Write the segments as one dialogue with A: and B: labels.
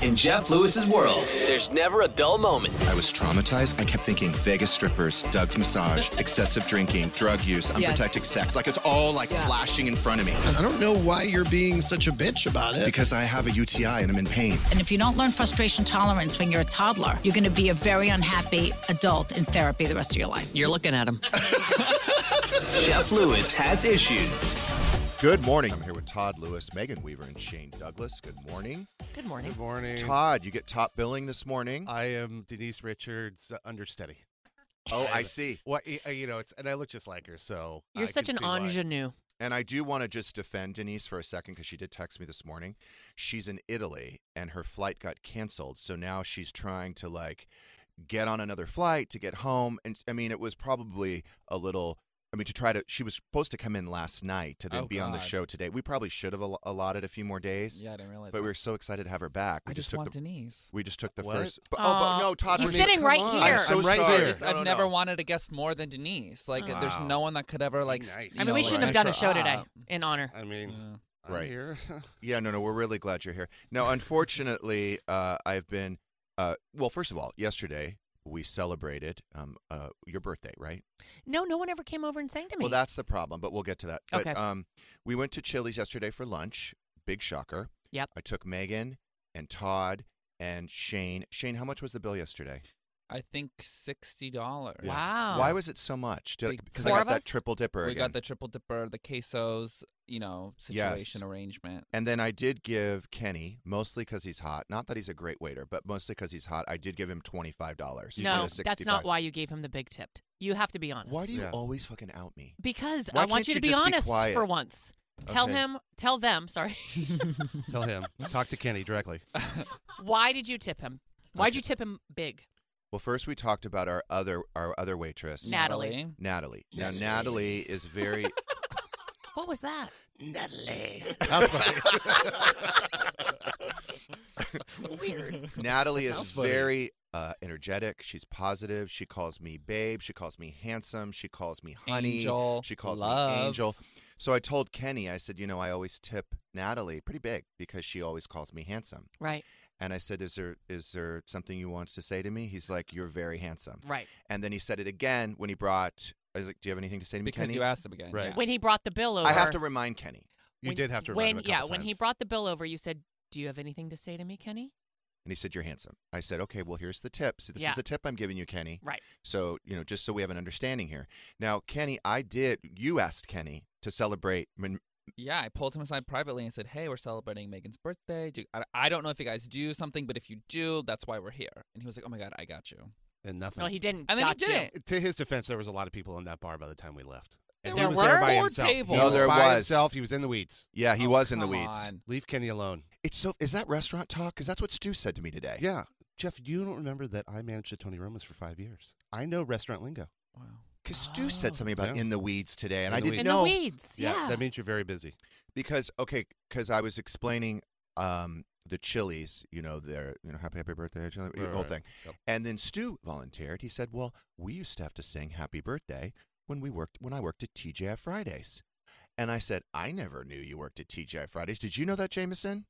A: In Jeff Lewis's world, there's never a dull moment.
B: I was traumatized. I kept thinking Vegas strippers, Doug's massage, excessive drinking, drug use, unprotected sex. Like it's all like flashing in front of me.
C: I don't know why you're being such a bitch about it.
B: Because I have a UTI and I'm in pain.
D: And if you don't learn frustration tolerance when you're a toddler, you're going to be a very unhappy adult in therapy the rest of your life.
E: You're looking at him.
A: Jeff Lewis has issues.
B: Good morning. I'm here with Todd Lewis, Megan Weaver, and Shane Douglas. Good morning.
E: Good morning.
C: Good morning.
B: Todd, you get top billing this morning.
C: I am Denise Richards' uh, understudy.
B: Oh, I see.
C: What y- uh, you know, it's and I look just like her, so
E: You're
C: I
E: such
C: can
E: an
C: see why.
E: ingenue.
B: And I do want to just defend Denise for a second because she did text me this morning. She's in Italy and her flight got canceled. So now she's trying to like get on another flight to get home. And I mean, it was probably a little. I mean, to try to, she was supposed to come in last night to then
F: Oh,
B: be on the
F: God.
B: show today. We probably should have al- allotted a few more days,
F: Yeah, I didn't realize.
B: but
F: that.
B: we were so excited to have her back. We
F: I just,
B: took
F: want
B: the,
F: Denise.
B: we just took the
C: What?
B: first. But, oh,
E: Aw.
B: but no, Todd,
E: He's
B: we're
E: sitting
B: come
E: right
B: on.
E: here.
B: I'm so
C: I'm right
B: sorry.
C: here.
F: I just,
B: No,
F: I've
B: no,
F: never
B: no.
F: wanted a guest more than Denise. Like, there's
B: Wow.
F: no one that could ever like.
C: Denise.
F: s-
C: I
E: Oh. I mean,
C: No,
E: we
C: right.
E: shouldn't have done a
F: measure
E: show today
F: up.
E: in honor.
C: I mean,
F: Yeah.
C: I'm
B: Right.
C: here.
B: Yeah, no, no, we're really glad you're here. Now, unfortunately, uh, I've been, uh, well, first of all, yesterday we celebrated um, uh, your birthday, right?
E: No, no one ever came over and sang to me.
B: Well, that's the problem, but we'll get to that. But,
E: Okay.
B: um, we went to Chili's yesterday for lunch. Big shocker.
E: Yep.
B: I took Megan and Todd and Shane. Shane, how much was the bill yesterday?
F: I think sixty dollars.
E: Wow.
B: Why was it so much? Did,
F: Big-
B: because I
E: Four
B: got
E: of
B: that
E: us?
B: triple dipper.
F: We
B: again.
F: got the triple dipper, the quesos, you know, situation arrangement.
B: And then I did give Kenny, mostly because he's hot, not that he's a great waiter, but mostly because he's hot, I did give him $25. He
E: no,
B: did a
E: that's not
B: 65.
E: why you gave him the big tip. You have to be honest.
B: Why do you
C: Yeah.
B: always fucking out me?
E: Because
B: Why
E: I want
B: can't
E: you to
B: you
E: be
B: just be
E: honest
B: quiet?
E: for once. Tell
B: Okay.
E: him, tell them, sorry.
C: Tell him. Talk to Kenny directly.
E: Why did you tip him? Why'd you tip him big?
B: Well, first we talked about our other our other waitress,
E: Nat- Natalie.
B: Natalie. Now Natalie is very
E: What was that?
C: That's right.
E: Weird.
B: Natalie is
C: Sounds funny.
B: very uh, energetic. She's positive. She calls me babe. She calls me handsome. She calls me honey.
F: Angel,
B: she calls me
F: love.
B: angel. So I told Kenny, I said, you know, I always tip Natalie pretty big because she always calls me handsome.
E: Right,
B: And I said, is there is there something you want to say to me? He's like, you're very handsome.
E: right.
B: And then he said it again when he brought. I was like, do you have anything to say to me,
F: Because
B: Kenny?
F: you asked him again.
C: Right.
F: Yeah.
E: When he brought the bill over.
B: I have to remind Kenny.
C: You
E: when-
C: did have to
E: when,
C: remind him a
E: Yeah,
C: couple
E: when he
C: times.
E: brought the bill over, you said, Do you have anything to say to me, Kenny?
B: And he said, You're handsome. I said, Okay, well, here's the tip. So this
E: Yeah.
B: is the tip I'm giving you, Kenny.
E: Right.
B: So, you know, just so we have an understanding here. Now, Kenny, I did, you asked Kenny to celebrate. Min-
F: Yeah, I pulled him aside privately and said, "Hey, we're celebrating Megan's birthday. Do, I, I don't know if you guys do something, but if you do, that's why we're here." And he was like, "Oh my god, I got you."
C: and nothing.
E: No, he didn't.
F: And then he
E: Got you.
F: didn't.
C: to his defense, there was a lot of people in that bar by the time we left. And
E: There
C: he was there
E: were?
C: by
E: Four
C: himself.
F: tables.
C: He
F: No,
C: was
B: there
C: by
B: was.
C: himself. He was in the weeds.
B: yeah, he
F: Oh,
B: was in the
F: come
B: weeds.
F: on.
C: Leave Kenny alone.
B: It's so, is that restaurant talk? Because that's what Stu said to me today.
C: Yeah, Jeff, you don't remember that I managed at Tony Roma's for five years. I know restaurant lingo.
F: Wow.
B: Because Stu
F: Oh,
B: said something about
C: Yeah.
B: in the weeds today, and
C: In
B: I didn't
C: the weeds.
E: In
B: know.
E: the weeds. Yeah.
C: that means you're very busy.
B: because okay because i was explaining um the chilies you know their you know happy happy birthday chili the
C: Right,
B: whole
C: right.
B: thing
C: Yep.
B: and then stu volunteered he said well we used to have to sing happy birthday when we worked when i worked at tji fridays and i said i never knew you worked at tji fridays did you know that jameson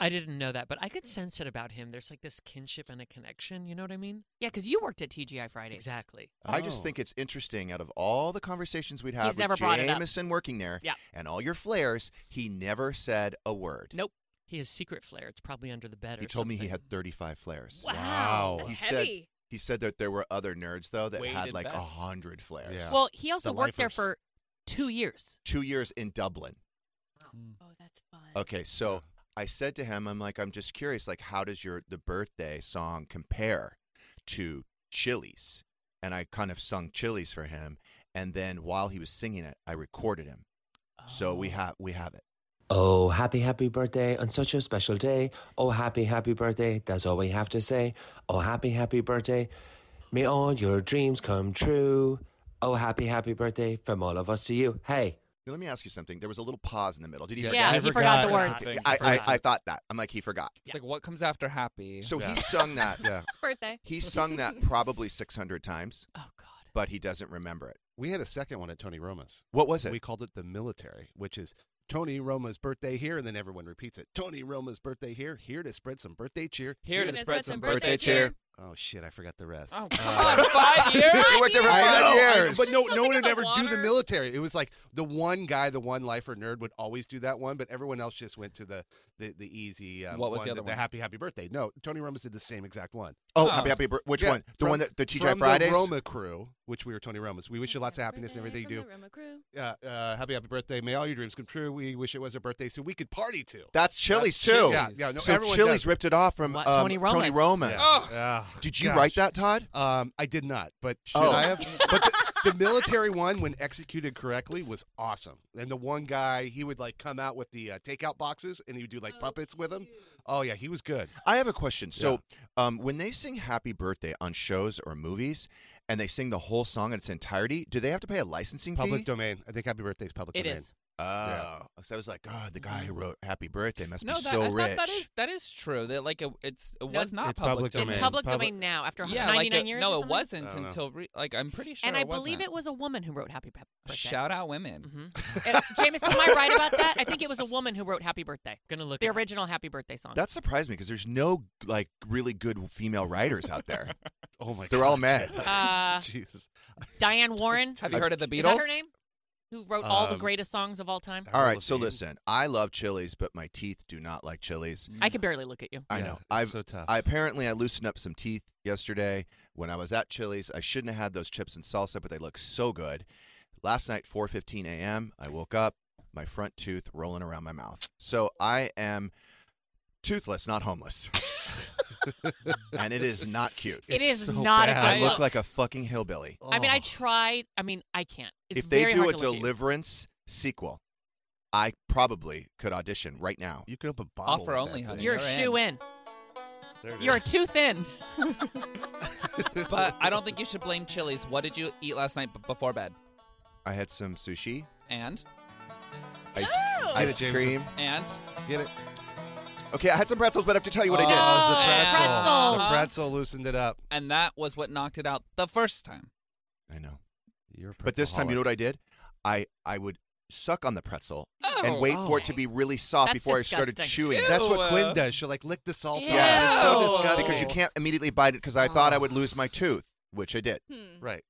G: I didn't know that, but I could sense it about him. There's like this kinship and a connection. You know what I mean?
E: yeah, because you worked at TGI Fridays.
G: Exactly.
B: I just
C: Oh.
B: think it's interesting. Out of all the conversations we'd have
E: He's
B: with
E: never brought it up.
B: Jameson working there,
E: Yeah.
B: and all your flares, he never said a word.
E: Nope.
G: He has secret flair. It's probably under the bed.
B: He
G: or
B: told me he
G: something.
B: had 35 flares.
G: Wow,
E: that's
B: he said
E: heavy.
B: he said that there were other nerds though that had
F: Weighted
B: like a
F: vest.
B: hundred flares.
C: Yeah.
E: Well, he also
C: The
E: worked there
C: lifers.
E: for two years.
B: two years in Dublin.
E: Oh, that's fun.
B: Okay, so I said to him, I'm like, I'm just curious, like, how does your the birthday song compare to Chili's? And I kind of sung Chili's for him, and then while he was singing it, I recorded him. So we have we have it.
H: Oh, happy, happy birthday on such a special day. Oh, happy, happy birthday. That's all we have to say. Oh, happy, happy birthday. May all your dreams come true. Oh, happy, happy birthday from all of us to you. Hey.
B: Now, let me ask you something. There was a little pause in the middle. Did he?
E: Yeah,
B: forget?
E: he
B: it?
E: He forgot
F: forgot. the words.
B: Okay,
F: He
B: I, I,
F: forgot.
B: I thought that. I'm like, he forgot.
F: It's like what comes after happy.
B: So
C: Yeah.
B: he sung that.
C: Yeah.
E: Birthday.
B: He sung that probably 600 times,
G: Oh God.
B: but he doesn't remember it.
C: We had a second one at Tony Roma's.
B: What was it?
C: We called it the military, which is Tony Roma's birthday here, and then everyone repeats it. Tony Roma's birthday here, here to spread some birthday cheer.
F: Here to
E: Gonna
F: spread some birthday,
B: birthday cheer. cheer.
C: Oh shit, I forgot the rest. Uh,
F: Oh, come on, five years.
B: He worked there for
C: I
B: five
C: know, I-
B: years.
C: but no, no
E: Something
C: one would ever
E: about
C: do the
E: water.
C: military. It was like the one guy, the one lifer nerd, would always do that one, but everyone else just went to the the, the easy. Um,
F: What was the
C: one,
F: other one?
C: happy happy birthday. No, Tony Roma's did the same exact one.
B: Oh,
F: Oh.
B: happy, happy. bir- Which
C: Yeah,
B: one? The
C: from-
B: one that the TGI
C: from
B: Fridays?
C: The Roma crew, which we were Tony Roma's. We wish you lots of happiness and everything you do. Uh, uh, happy happy birthday! May all your dreams come true. We wish it was a birthday so we could party too.
B: That's Chili's
F: That's
B: too.
F: Chili's.
C: Yeah, yeah, no,
B: so
C: everyone
B: Chili's
C: does.
B: ripped it off from
G: What,
B: um,
G: Tony
B: Tony
G: Roma's.
B: Romas.
C: Yeah. Ah,
B: Did you
C: gosh.
B: write that, Todd?
C: Um, I did not, but should
B: Oh.
C: I have? But the, the military one, when executed correctly, was awesome. And the one guy, he would like come out with the uh, takeout boxes, and he would do like puppets with him. Oh yeah, he was good.
B: I have a question. So, um, when they sing "Happy Birthday" on shows or movies, and they sing the whole song in its entirety, do they have to pay a licensing
C: Public
B: fee?
C: domain. I think Happy Birthday is public
E: It
C: domain.
E: is.
B: Oh, so I was like, God, the guy who wrote "Happy Birthday" must
F: No,
B: be
F: that,
B: so
F: I thought
B: rich.
F: that is that is true. That like it, it's it
E: No,
F: was not
C: it's public
E: It's
F: public,
C: domain.
E: public
C: Public-
E: domain now after
F: Yeah,
G: uh,
E: 99
F: like it-
E: years. or
F: no, it
E: something?
F: wasn't
C: I don't know.
F: until re- like I'm pretty sure.
E: and I
F: it wasn't.
E: believe it was a woman who wrote Happy Pep- Birthday.
F: Shout out women.
E: hmm Jameson, am I right about that? I think it was a woman who wrote Happy Birthday.
G: Gonna look
E: The
G: it up.
E: original Happy Birthday song.
B: That surprised me because there's no like really good female writers out there.
C: Oh my,
B: They're all men.
C: God.
E: Uh,
C: Jesus.
E: Diane Warren.
F: Have you heard of the Beatles?
E: Is that her name? Who wrote all the
C: Um,
E: greatest songs of all time?
C: Avril
B: All right, so
C: Lavigne.
B: listen, I love Chili's, but my teeth do not like Chili's.
E: I can barely look at you.
B: I
C: Yeah,
B: know.
C: it's
B: I've
C: so tough.
B: I apparently I loosened up some teeth yesterday when I was at Chili's. I shouldn't have had those chips and salsa, but they look so good. Last night, 4:15 a.m., I woke up, my front tooth rolling around my mouth. So I am toothless, not homeless, and it is not cute.
E: It
C: It's
E: is
C: so
E: not
C: bad.
E: a
B: I
E: good
B: look
E: look.
B: like a fucking hillbilly.
E: I mean, I
C: Oh.
E: tried. I mean, I can't. It's
B: if they
E: very
B: do
E: hard to
B: a
E: look at you.
B: Deliverance sequel, I probably could audition right now.
C: you could open a bottle.
F: Offer
C: with
F: only,
C: that
F: honey.
C: thing.
E: you're a
F: You're in.
E: shoe in.
C: There it
E: You're a
C: is.
E: tooth in.
F: but I don't think you should blame Chili's. What did you eat last night b- before bed?
B: I had some sushi,
F: And
B: ice,
E: Oh!
B: ice
C: Jameson.
B: cream.
F: and
C: Get it.
B: Okay, I had some pretzels, but I have to tell you what I
C: oh,
B: did.
C: it was the
E: Oh,
C: pretzel. The
E: pretzels.
C: pretzel loosened it up.
F: and that was what knocked it out the first time.
E: Oh.
B: I know.
C: You're a
B: But this time, you know
C: pretzelholic.
B: what I did? I I would suck on the pretzel and
F: Oh.
B: wait for it to be really soft
E: That's
B: before I started
E: disgusting.
B: chewing.
F: Ew.
B: That's
C: That's what
F: Ew.
C: Quinn does. She'll like lick the salt. off.
E: Ew.
B: yeah,
C: It's so
F: Ew.
C: disgusting
B: because you can't immediately bite it because I thought I would lose my tooth, which I did.
C: Right.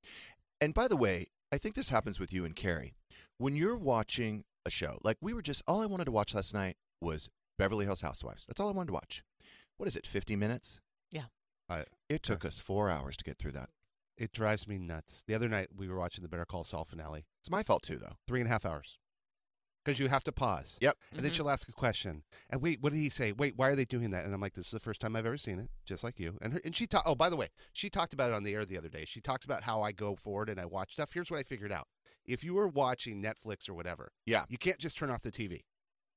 B: And by the way, I think this happens with you and Carrie. When you're watching a show, like we were just all I wanted to watch last night was Beverly Hills Housewives. That's all I wanted to watch. What is it? 50 minutes?
C: I,
B: It took us 4 hours to get through that.
C: It drives me nuts. The other night we were watching the Better Call Saul finale,
B: It's my fault too though.
C: three and a half hours, because you have to pause.
B: Yep.
C: And then
E: Mhm.
C: she'll ask a question, and wait, what did he say? Wait, why are they doing that? And I'm like, this is the first time I've ever seen it, just like you. And her, and she talked. Oh, by the way, she talked about it on the air the other day. She talks about how I go forward and I watch stuff. Here's what I figured out: if you were watching Netflix or whatever,
B: Yeah.
C: you can't just turn off the TV.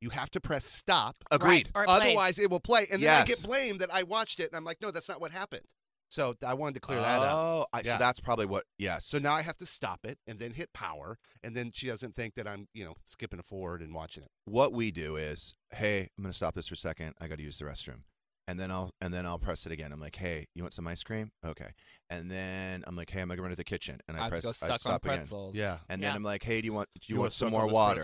C: You have to press stop.
B: Agreed.
E: Or it plays.
C: Otherwise, it will play, and then I
B: Yes.
C: get blamed that I watched it, and I'm like, no, that's not what happened. So I wanted to clear
B: oh,
C: that up.
B: I,
C: Yeah.
B: so that's probably what. Yes.
C: So now I have to stop it and then hit power, and then she doesn't think that I'm, you know, skipping forward and watching it.
B: what we do is, hey, I'm gonna stop this for a second. I gotta use the restroom, and then I'll and then I'll press it again. I'm like, hey, you want some ice cream? Okay. And then I'm like, hey, I'm gonna run to the kitchen, and
F: I,
B: I,
F: have
B: press,
F: to go
B: I
F: suck on
B: stop again.
F: pretzels.
B: And
E: Yeah.
B: then I'm like, hey, do you want do you,
C: You wanna
B: want some
C: suck on
B: more
C: this
B: water?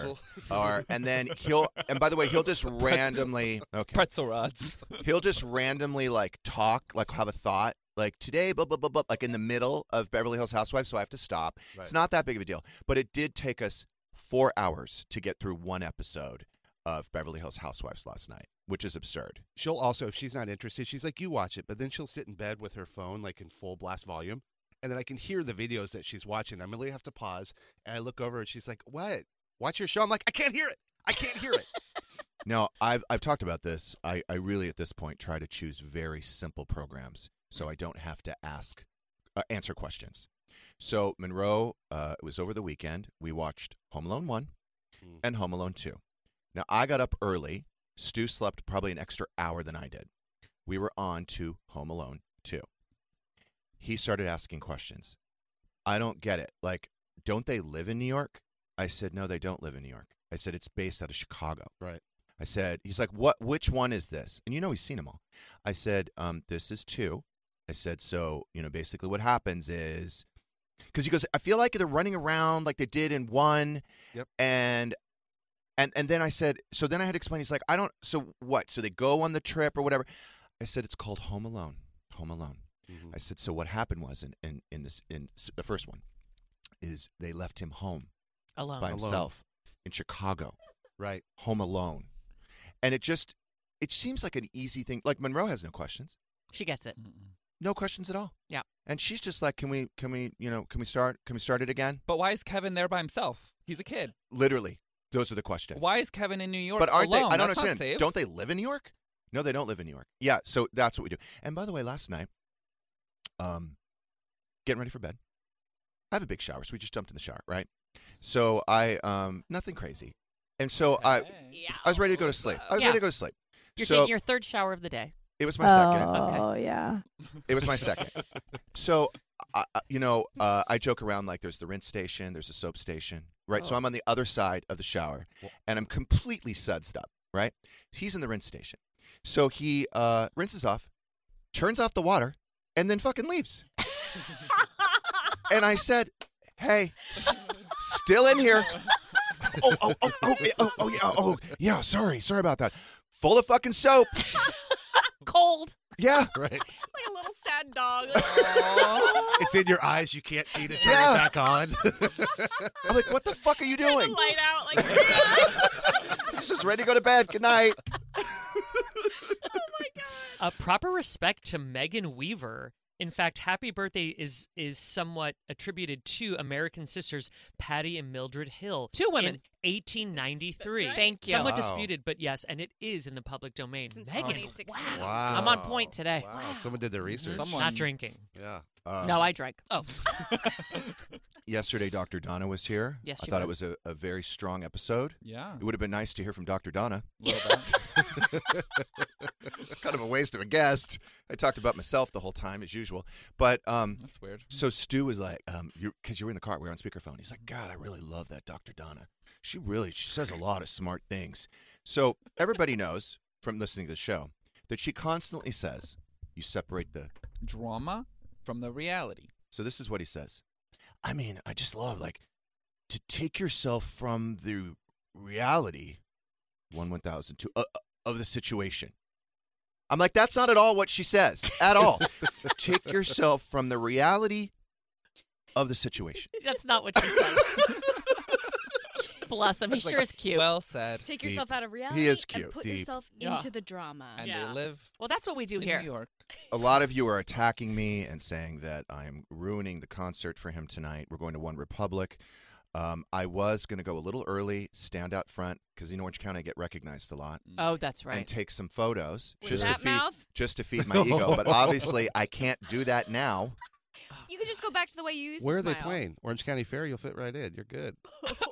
C: pretzel?
B: or and then he'll and by the way, he'll just randomly okay,
F: pretzel rods.
B: he'll just randomly like talk, like have a thought. Like today, blah, blah, blah, blah, like in the middle of Beverly Hills Housewives, so I have to stop. It's
C: Right.
B: not that big of a deal, but it did take us four hours to get through one episode of Beverly Hills Housewives last night, which is absurd.
C: She'll also, if she's not interested, she's like, you watch it. But then she'll sit in bed with her phone, like in full blast volume. And then I can hear the videos that she's watching. I really have to pause. And I look over and she's like, what? Watch your show. I'm like, I can't hear it. I can't hear it.
B: Now, I've I've talked about this. I, I really at this point try to choose very simple programs so I don't have to ask uh, answer questions. So Monroe, uh, it was over the weekend. We watched Home Alone one and Home Alone two. Now I got up early. Stu slept probably an extra hour than I did. We were on to Home Alone two. He started asking questions. I don't get it. Like, don't they live in New York? I said, no, they don't live in New York. I said, it's based out of Chicago.
C: Right.
B: I said, he's like, what? Which one is this? And you know, he's seen them all. I said, um, this is two. I said, so you know, basically, what happens is, because he goes, I feel like they're running around like they did in one.
C: Yep.
B: And and and then I said, so then I had to explain. He's like, I don't. So what? So they go on the trip or whatever. I said, it's called Home Alone. Home Alone. I said, so what happened was in in in this in s- the first one, is they left him home
G: Alone.
B: by
G: Alone.
B: himself in Chicago,
C: right?
B: Home alone, and it just it seems like an easy thing. Like Monroe has no questions,
E: She gets it.
G: Mm.
B: no questions at all,
E: Yeah.
B: and she's just like, can we can we you know can we start can we start it again?
F: But why is Kevin there by himself? He's a kid.
B: Literally, those are the questions.
F: Why is Kevin in New York?
B: But aren't
F: alone?
B: they? I don't
F: That's not
B: understand.
F: safe.
B: Don't they live in New York? No, they don't live in New York. Yeah, so that's what we do. And by the way, last night, um, getting ready for bed, I have a big shower, so we just jumped in the shower, right? So I, um, nothing crazy, and so I, I was ready to go to sleep. I was
E: Yeah.
B: ready to go to sleep.
E: You're
B: so
E: taking your third shower of the day.
B: it was my second.
I: Oh yeah.
B: It was my second. so, I, I- you know, uh, I joke around like there's the rinse station, there's the soap station, right? So
C: Oh.
B: I'm on the other side of the shower, and I'm completely sudsed up, right? He's in the rinse station, so he uh, rinses off, turns off the water, and then fucking leaves. and I said, "Hey, s- still in here." oh, oh, oh, oh, yeah, oh, oh, yeah, oh, yeah. Sorry, sorry about that. Full of fucking soap.
J: Cold.
B: Yeah,
C: right.
J: Like a little sad dog.
C: It's in your eyes. You can't see to turn
B: Yeah.
C: it back on.
B: I'm like, what the fuck are you
J: Turn the
B: doing?
J: light out. Like,
B: He's just ready to go to bed. Good night.
G: A proper respect to Megan Weaver. In fact, Happy Birthday is is somewhat attributed to American sisters Patty and Mildred Hill.
E: Two women.
G: in 1893.
E: That's right. Thank you.
G: Somewhat
E: Wow.
G: disputed, but yes, and it is in the public domain.
J: Since
G: Megan,
J: 2016.
C: Wow.
E: I'm on point today.
C: Wow. Someone did their research.
G: Someone- Not drinking.
C: Yeah. Um,
B: Uh,
E: no, I drank.
G: Oh.
B: Yesterday, Dr. Donna was here.
E: Yes,
B: I
E: she
B: thought
E: was.
B: it was a, a very strong episode.
F: Yeah.
B: It would have been nice to hear from Dr. Donna.
F: Little
B: it's kind of a waste of a guest. I talked about myself the whole time, as usual. But um,
F: That's weird.
B: So Stu was like, um, you because you were in the car, we were on speakerphone. He's like, God, I really love that Dr. Donna. She really she says a lot of smart things. So everybody knows from listening to the show that she constantly says, "You separate the
F: Drama from the reality.
B: So this is what he says. I mean, I just love like to take yourself from the reality one one thousand two uh, uh, of the situation. I'm like, that's not at all what she says at all. take yourself from the reality of the situation.
E: That's not what she says. Bless him. He
F: It's like,
E: sure is cute.
F: Well said.
J: Take yourself out of reality.
B: He is cute.
J: And put
B: Deep.
J: yourself
E: Yeah.
J: into the drama.
F: And they live
E: Well, that's what we do
F: in
E: here.
F: New York.
B: A lot of you are attacking me and saying that I'm ruining the concert for him tonight. We're going to One Republic. Um, I was going to go a little early, stand out front, because in Orange County I get recognized a lot.
E: Oh, that's
B: and
E: right.
B: take some photos
J: With
B: just to
J: that
B: feed
J: mouth?
B: just to feed my ego. But obviously, I can't do that now.
J: You could just go back to the way you used
C: Where are
J: to
C: they
J: smile.
C: playing? Orange County Fair. You'll fit right in. You're good.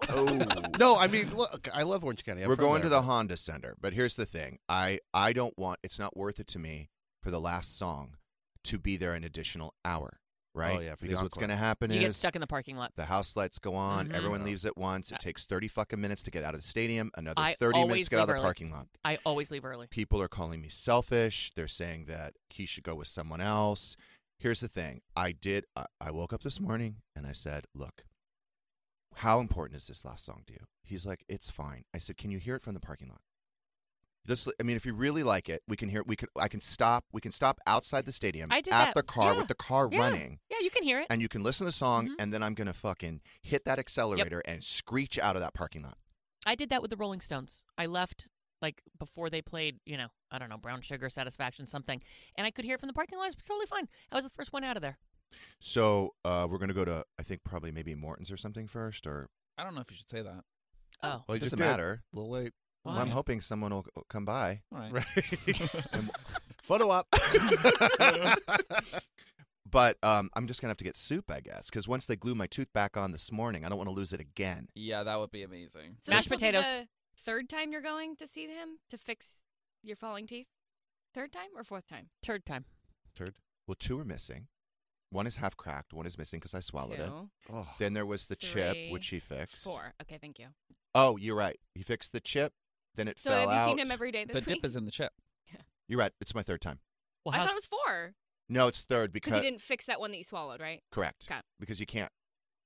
B: Oh,
C: No, I mean, look, I love Orange County. I'm
B: we're
C: from
B: going to
C: there.
B: the Honda Center. But here's the thing: I I don't want. It's not worth it to me for the last song to be there an additional hour. Right?
C: yeah, for the
B: because what's
C: encore.
B: going to happen
E: You
B: is
E: get stuck in the parking lot.
B: The house lights go on.
E: Mhm.
B: Everyone leaves at once. It takes 30 fucking minutes to get out of the stadium, another
E: I
B: 30
E: always
B: minutes to get out
E: leave
B: of the
E: early.
B: parking lot.
E: I always leave early.
B: People are calling me selfish. They're saying that he should go with someone else. Here's the thing I did, I, I woke up this morning and I said, Look, how important is this last song to you? He's like, It's fine. I said, Can you hear it from the parking lot? This, I mean, if you really like it, we can hear. We can. I can stop. We can stop outside the stadium
E: I did
B: at
E: that.
B: the car
E: Yeah.
B: with the car
E: Yeah.
B: running,
E: Yeah, you can hear it.
B: and you can listen to the song, and then I'm gonna fucking hit that accelerator and screech out of that parking lot.
E: I did that with the Rolling Stones. I left like before they played, you know, I don't know, Brown Sugar, Satisfaction, something, and I could hear it from the parking lot. It was totally fine. I was the first one out of there.
B: So uh, we're gonna go to I think probably maybe Morton's or something first, or
F: I don't know if you should say that.
E: Oh,
B: well, it
C: just
B: doesn't
C: did.
B: matter.
C: A little late.
B: Well,
C: Why?
B: I'm hoping someone will c- come by.
F: All right.
B: And- Photo op. but um, I'm just gonna have to get soup, I guess, because once they glue my tooth back on this morning, I don't want to lose it again.
F: Yeah, that would be amazing.
J: So
E: Mashed
J: this will be
E: potatoes.
J: The third time you're going to see him to fix your falling teeth. Third time or fourth time?
E: Third time.
B: Third. Well, two are missing. One is half cracked. One is missing because I swallowed
J: Two.
B: it.
C: Oh,
B: Then there was the chip,
J: Three,
B: which he fixed.
J: Four. Okay, thank you.
B: Oh, you're right. He fixed the chip. Then it
J: So
B: fell
J: have you seen
B: out.
J: him every day
F: The
J: this week?
F: dip is in the chip.
B: You're right. It's my third time.
G: Well,
J: I thought
G: how's-
J: it was four
B: No, it's third
J: because
B: because
J: you didn't fix that one that you swallowed, right?
B: correct
J: Okay.
B: because you can't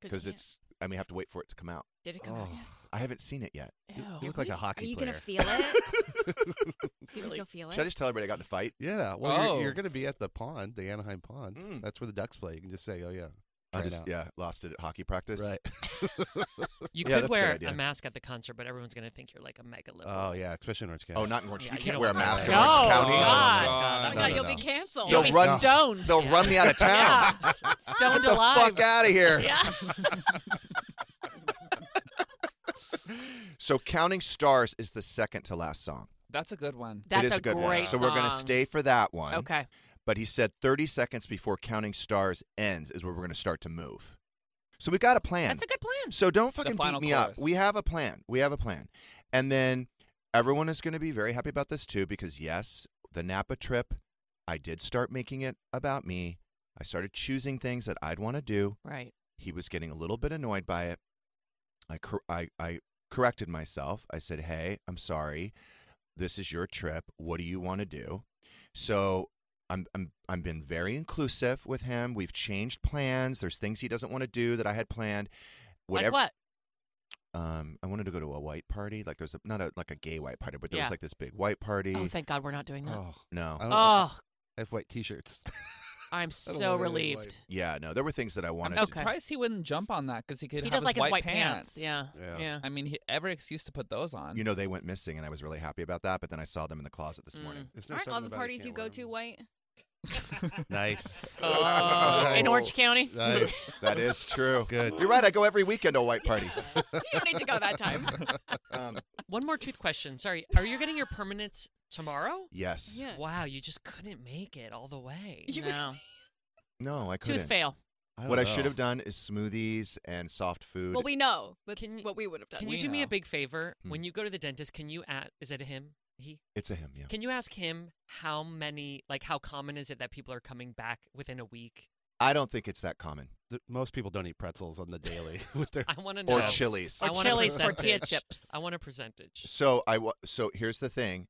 J: 'Cause you
B: because
J: can't.
B: it's oh, I mean you have to wait for it to come out.
J: Did it come out? yet?
B: I haven't seen it yet.
E: You- you
C: You look like a hockey
J: Are you
C: player.
J: gonna feel it? Do you think
E: Really?
J: you'll feel it?
B: Should I just tell everybody I got in a fight?
C: Yeah. Well, you're,
F: Oh.
C: you're going to be at the pond, the Anaheim Pond.
B: Mm.
C: That's where the Ducks play. You can just say, "Oh yeah."
B: I
C: try it
B: just
C: out.
B: yeah lost it at hockey practice.
C: Right.
G: You
B: Yeah,
G: could
B: that's a good
G: wear
B: idea.
G: a mask at the concert, but everyone's going to think you're like a mega liberal.
C: oh yeah, especially in Orange County.
B: Oh, not in Orange.
G: Yeah,
B: you
G: you
B: can't
G: don't
B: wear a
G: want
B: mask
G: that.
B: in Orange
G: No.
B: County.
G: Oh, God.
E: God,
G: No,
E: God,
G: no,
E: you'll
G: no.
E: be canceled. You'll
B: They'll
E: be
B: run-
E: stoned.
B: They'll run me out of town.
E: Stoned
B: Get the
E: alive.
B: fuck out of here.
E: Yeah.
B: So counting stars is the second to last song.
F: That's a good one.
E: That's
B: it is
E: a
B: a good one.
E: great
B: So we're gonna
E: song.
B: stay for that one.
E: Okay.
B: But he said 30 seconds before counting stars ends is where we're gonna start to move. So we got a plan.
E: That's a good plan.
B: So don't fucking beat
F: final
B: me up.
F: chorus.
B: We have a plan. We have a plan. And then everyone is going to be very happy about this too because yes, the Napa trip, I did start making it about me. I started choosing things that I'd want to do.
E: Right.
B: He was getting a little bit annoyed by it. I cor- I I corrected myself. I said, "Hey, I'm sorry. This is your trip. What do you want to do?" So I'm I'm I'm been very inclusive with him. We've changed plans. There's things he doesn't want to do that I had planned.
E: Like what?
B: Um, I wanted to go to a white party. Like there's a, not a like a gay white party, but there
E: Yeah.
B: was like this big white party.
E: Oh, thank God we're not doing that.
C: Oh,
B: no.
C: I don't-
E: Oh,
C: I have white T-shirts.
E: I'm
C: I don't
E: so
C: want anything
E: relieved.
C: white.
B: Yeah, no. There were things that I wanted.
F: I'm
B: to
E: Okay.
F: surprised he wouldn't jump on that because he could
E: He
F: have
E: does
F: his
E: like
F: white, pants.
E: Yeah.
C: Yeah.
E: Yeah.
F: I mean, he, every excuse to put those on.
B: You know, they went missing, and I was really happy about that. But then I saw them in the closet this
E: Mm.
B: morning.
C: There's no
J: Aren't all
C: something
J: the
C: about
J: parties
C: can't
J: you go
C: wear
J: to
C: them.
J: white?
C: Nice.
E: Oh, in
C: Nice.
E: Orange County.
C: Nice.
B: That is true.
C: Good.
B: You're right. I go every weekend to a white party.
J: you don't need to go that time.
B: um,
G: One more tooth question. Sorry. Are you getting your permanents tomorrow?
B: yes.
J: Yeah.
G: Wow, you just couldn't make it all the way.
E: No.
B: No, I couldn't.
E: Tooth fail.
C: don't
B: what I
C: know.
B: should have done is smoothies and soft food.
J: Well, we know. That's
G: Can you-
J: what we would have done.
G: Can you
F: We
G: do me a
F: know.
G: big favor?
B: Hmm.
G: When you go to the dentist, can you ask, is it him? He?
B: it's a him. Yeah.
G: Can you ask him how many, like, how common is it that people are coming back within a week?
B: I don't think it's that common.
C: Th- Most people don't eat pretzels on the daily with their.
G: I want to know.
B: Or chilies.
G: I
E: Or
G: want a
E: chilies, tortilla
G: percentage.
E: chips.
G: I want a percentage.
B: So I wa- so here's the thing,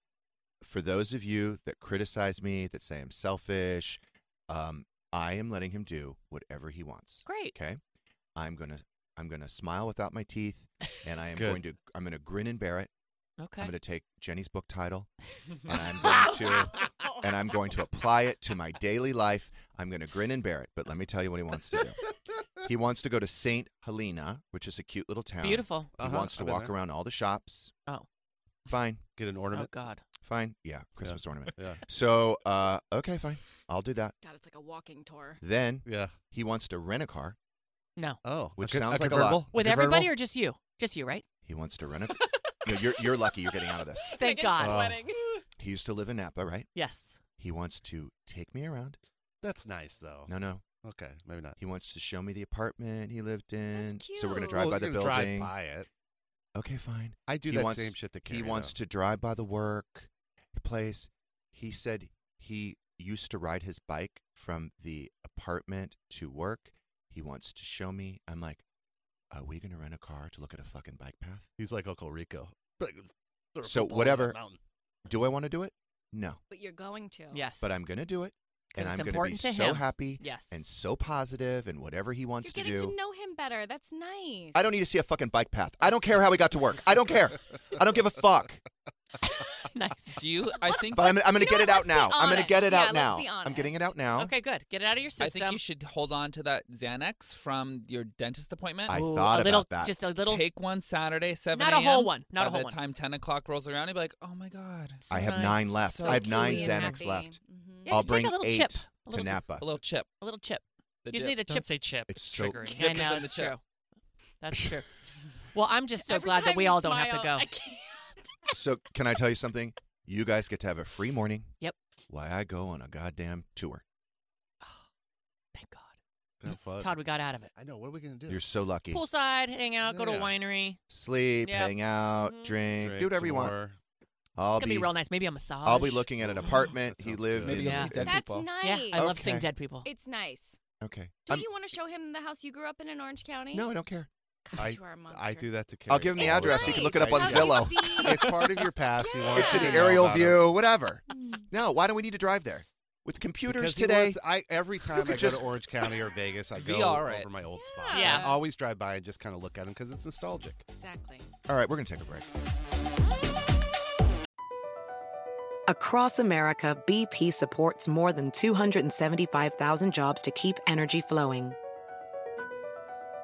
B: for those of you that criticize me, that say I'm selfish, um, I am letting him do whatever he wants.
E: Great.
B: Okay, I'm gonna I'm gonna smile without my teeth, and I
C: That's
B: am
C: good.
B: going to I'm gonna grin and bear it.
E: Okay.
B: I'm gonna take Jenny's book title, and I'm going to
E: Oh.
B: and I'm going to apply it to my daily life. I'm gonna grin and bear it. But let me tell you what he wants to do. He wants to go to Saint Helena, which is a cute little town.
E: Beautiful.
B: He
C: Uh-huh,
B: wants to
C: I've been
B: walk
C: there.
B: around all the shops.
E: Oh.
B: Fine.
C: Get an
E: Oh
C: ornament.
E: God.
B: Fine. Yeah, Christmas ornament.
C: Yeah.
B: So, uh, okay, fine. I'll do that.
J: God, it's like a walking tour.
B: Then
C: Yeah.
B: he wants to rent a car.
E: No.
C: Oh,
B: Which
C: con-
B: sounds like a lot.
C: convertible?
E: With
C: convertible?
E: everybody or just you? Just you, right?
B: He wants to rent a. no, you're you're lucky. You're getting out of this.
E: Thank
J: Megan's
E: God.
C: Oh.
J: Sweating.
B: He used to live in Napa, right?
E: Yes.
B: He wants to take me around.
C: That's nice though.
B: No, no.
C: Okay, maybe not.
B: He wants to show me the apartment he lived in. So we're gonna
J: cute.
B: drive
C: Well,
B: by
C: you
B: the
C: can
B: building.
C: Oh, Drive by it.
B: Okay, fine.
C: I do
B: He
C: that
B: wants-
C: same shit to Carrie.
B: He wants to drive by the work place. He said he used to ride his bike from the apartment to work. He wants to show me. I'm like, are we gonna rent a car to look at a fucking bike path?
C: He's like Uncle Rico. Throw a
B: So
C: football on that
B: whatever-
C: mountain.
B: Do I want to do it? No,
J: But you're going to.
E: Yes.
B: but I'm gonna do it,
E: 'Cause
B: and
E: it's
B: I'm gonna be
E: important
B: so
E: to him.
B: happy
E: Yes.
B: and so positive, and whatever he
J: You're
B: wants to
J: getting
B: do.
J: to know him better. That's nice.
B: I don't need to see a fucking bike path. I don't care how he got to work. I don't care. I don't give a fuck.
E: nice.
F: Do you? I think.
B: But I'm, I'm going to get it out
E: be
B: now. I'm going to get
E: honest.
B: it
E: Yeah,
B: out
E: let's
B: now.
E: be
B: I'm getting it out now.
E: Okay, good. Get it out of your
F: I
E: system.
F: think you should hold on to that Xanax from your dentist appointment.
B: I Ooh, thought a little- about that.
E: just a little-
F: Take one Saturday, seven.
E: Not a whole
F: a.m..
E: one, not
F: By
E: a whole
F: the
E: one.
F: time ten o'clock rolls around, you'll be like, oh my god.
B: I have nine left. I have nine Xanax left.
E: Yeah,
B: I'll
E: just take a
B: bring
E: little
B: eight
E: chip.
B: to
E: A little-
B: Napa.
F: A little chip.
E: A little chip.
F: The
E: you just
F: dip.
E: need a chip.
F: Don't say chip.
B: It's so triggering.
E: I
F: Dip is
E: know,
F: in the
E: it's
F: chip.
E: true. That's true. Well, I'm just so
I: Every
E: glad that
I: time
E: we
I: you
E: all don't have to
I: smile,
E: go.
I: I can't.
B: So can I tell you something? You guys get to have a free morning.
E: Yep.
B: Why I go on a goddamn tour.
C: Have fun.
E: Todd, we got out of it.
C: I know. What are we going to do?
B: You're so lucky.
E: Poolside, hang out, go to a
B: Yeah.
E: winery.
B: Sleep,
E: Yep.
B: hang out,
C: eh,
B: drink, do whatever you want. I'll
E: It's Mm-hmm. gonna be, real nice. Maybe a massage.
B: I'll be looking at an apartment. he lived in.
E: Yeah.
J: That's nice.
E: Yeah, I love seeing
B: Okay.
E: dead people.
J: It's nice.
B: Okay.
J: Do
B: I'm-
J: you want to show him the house you grew up in in Orange County?
B: No, I don't care.
J: I- you are a
C: I do that to Carrie.
B: I'll give him the
C: all
B: address.
C: time.
B: He can look it up on
C: Nice.
B: Zillow.
C: it's part of your past. You want
B: It's
C: to
B: an
C: know
B: aerial
C: about it.
B: view, whatever. No, why do we need to drive there? With computers
C: Because he
B: today,
C: wants- I every time I
B: could
C: go
B: just-
C: to Orange County or Vegas, I go over
B: VR it.
C: my old
B: Yeah.
C: spots.
B: Yeah.
C: I always drive by and just kind of look at them because it's nostalgic.
J: Exactly.
B: All right, we're going to take a break.
K: Across America, BP supports more than 275,000 jobs to keep energy flowing.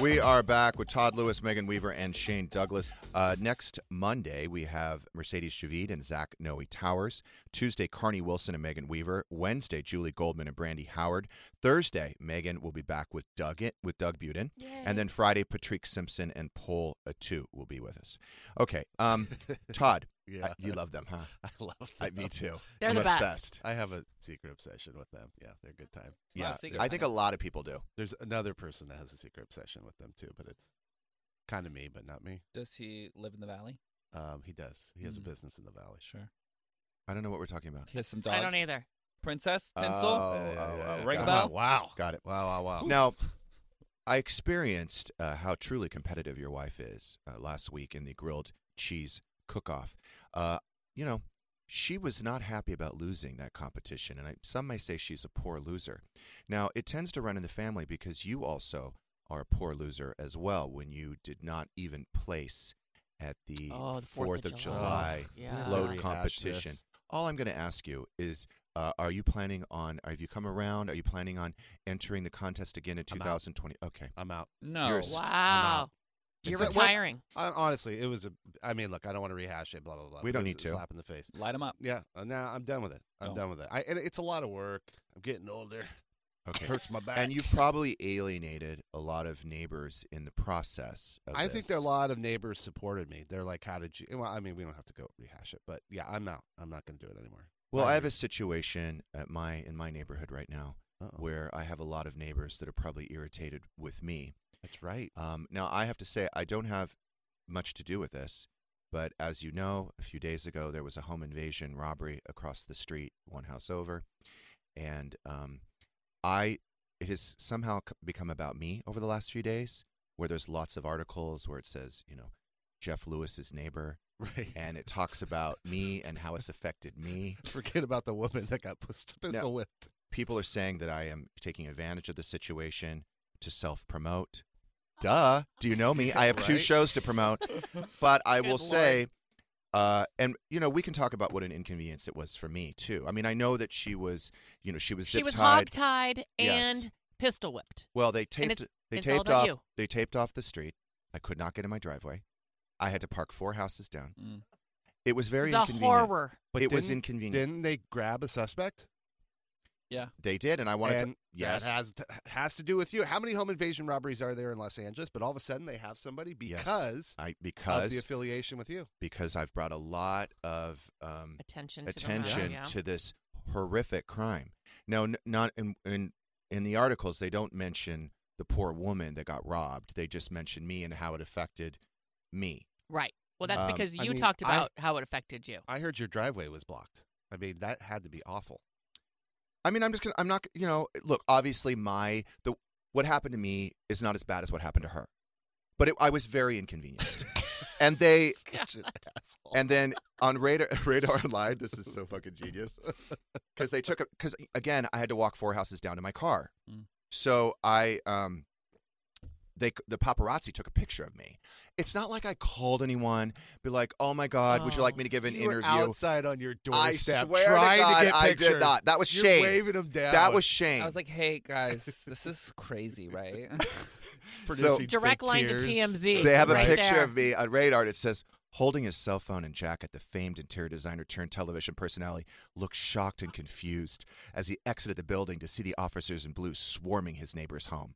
B: We are back with Todd Lewis, Megan Weaver, and Shane Douglas. Uh, next Monday, we have Mercedes Chavid and Zach Noe Towers. Tuesday, Carney Wilson and Megan Weaver. Wednesday, Julie Goldman and Brandy Howard. Thursday, Megan will be back with Doug with Doug Buden, and then Friday, Patrick Simpson and Paul Atu will be with us. Okay, um, Todd,
C: Yeah.
B: I- you love them, huh?
C: I love them.
B: I, me too.
C: They're
B: I'm
C: the best.
B: obsessed.
C: I have a secret obsession with them. Yeah, they're a good time.
B: It's not a Yeah, secret. I think a lot of people do.
C: There's another person that has a secret obsession with them too, but it's kind of me, but not me.
F: Does he live in the valley?
C: Um, he does. He has a
F: Mm.
C: business in the valley.
F: Sure.
B: I don't know what we're talking about.
F: He has some dogs.
E: I don't either.
F: Princess,
B: Oh,
F: tinsel, uh,
B: yeah, yeah, yeah, yeah.
F: ring a
B: Got it.
F: bell.
C: oh, Wow.
B: Got it.
C: Wow, wow, wow.
B: Now, I experienced uh, how truly competitive your wife is uh, last week in the grilled cheese cook-off. Uh, you know, she was not happy about losing that competition, and I, some may say she's a poor loser. Now, it tends to run in the family because you also are a poor loser as well when you did not even place at the
C: Oh, the
B: Fourth of July
C: Ugh, yeah.
B: float
C: Rehash
B: competition.
C: this.
B: All I'm going to ask you is Uh, are you planning on? Have you come around? Are you planning on entering the contest again in 2020? Okay,
C: I'm out.
F: No.
B: You're st-
E: wow. You're
C: It's a- well,
E: retiring.
C: hon- honestly, it was a. I mean, look, I don't want to rehash it. Blah blah blah.
B: We don't
C: It was
B: need
C: a
B: to.
C: slap in the face.
F: Light them up.
C: Yeah. Uh, now I'm done with it. I'm
F: Don't.
C: done with it. I, and it's a lot of work. I'm getting older.
B: Okay.
C: Hurts my back.
B: And you've probably alienated a lot of neighbors in the process. Of
C: I think
B: this.
C: there are a lot of neighbors supported me. They're like, "How did you?" Well, I mean, we don't have to go rehash it, but yeah, I'm out. I'm not going to do it anymore.
B: Well,
C: I
B: I
C: agree.
B: have a situation at my in my neighborhood right now where I have a lot of neighbors that are probably irritated with me.
C: That's right.
B: Um, now I have to say I don't have much to do with this, but as you know, a few days ago there was a home invasion robbery across the street, one house over, and um, I it has somehow c- become about me over the last few days, where there's lots of articles where it says you know Jeff Lewis's neighbor.
C: Right.
B: And it talks about me and how it's affected me.
C: Forget about the woman that got pist-
B: No.
C: pistol whipped.
B: People are saying that I am taking advantage of the situation to self promote. Duh. Do you know me? I have two
C: Right?
B: shows to promote. But I
C: Good
B: will
C: Lord.
B: say, uh, and you know, we can talk about what an inconvenience it was for me too. I mean, I know that she was, you know, she was
E: She
B: zip
E: was
B: tied.
E: hogtied
B: Yes.
E: and pistol whipped.
B: Well, they
E: And
B: taped
E: it's-
B: they
E: it's all
B: taped
E: about
B: off
E: you.
B: they taped off the street. I could not get in my driveway. I had to park four houses down. It was very
E: The
B: inconvenient.
E: horror.
B: But it was
C: Mm. didn't-
B: inconvenient.
C: Didn't they grab a suspect?
F: Yeah.
B: They did, and I wanted
C: and
B: to. Yes,
C: that has to, has to do with you. How many home invasion robberies are there in Los Angeles? But all of a sudden, they have somebody
B: Yes.
C: because
B: I because
C: of the affiliation with you.
B: because I've brought a lot of um,
E: Attention to the crime,
B: attention
E: yeah.
B: to this horrific crime. Now, n- not in, in in the articles they don't mention the poor woman that got robbed. They just mention me and how it affected me.
E: Right. Well, that's
B: Um,
E: because
B: I
E: you
B: mean,
E: talked
B: I-
E: about how it affected you.
C: I heard your driveway was blocked. I mean, that had to be awful.
B: I mean, I'm just gonna. I'm not. You know, look. Obviously, my the what happened to me is not as bad as what happened to her, but it, I was very inconvenienced. and they and then on radar radar online, this is so fucking genius because they took because again, I had to walk four houses down to my car,
F: Mm.
B: so I um they the paparazzi took a picture of me. It's not like I called anyone, be like, "Oh my God, would you like me to give an
C: You were
B: interview?"
C: outside on your
B: I
C: doorstep
B: swear to
C: trying to,
B: God,
C: get
B: I did
C: pictures.
B: not. That was
C: You're
B: shame.
C: waving them down.
B: That was shame.
F: I was like, hey guys, this is crazy, right?
B: Producing
E: Direct fake line to tears. TMZ,
B: They have a
E: right
B: picture
E: there.
B: of me on radar. It says, holding his cell phone in jacket, the famed interior designer turned television personality looked shocked and confused as he exited the building to see the officers in blue swarming his neighbor's home.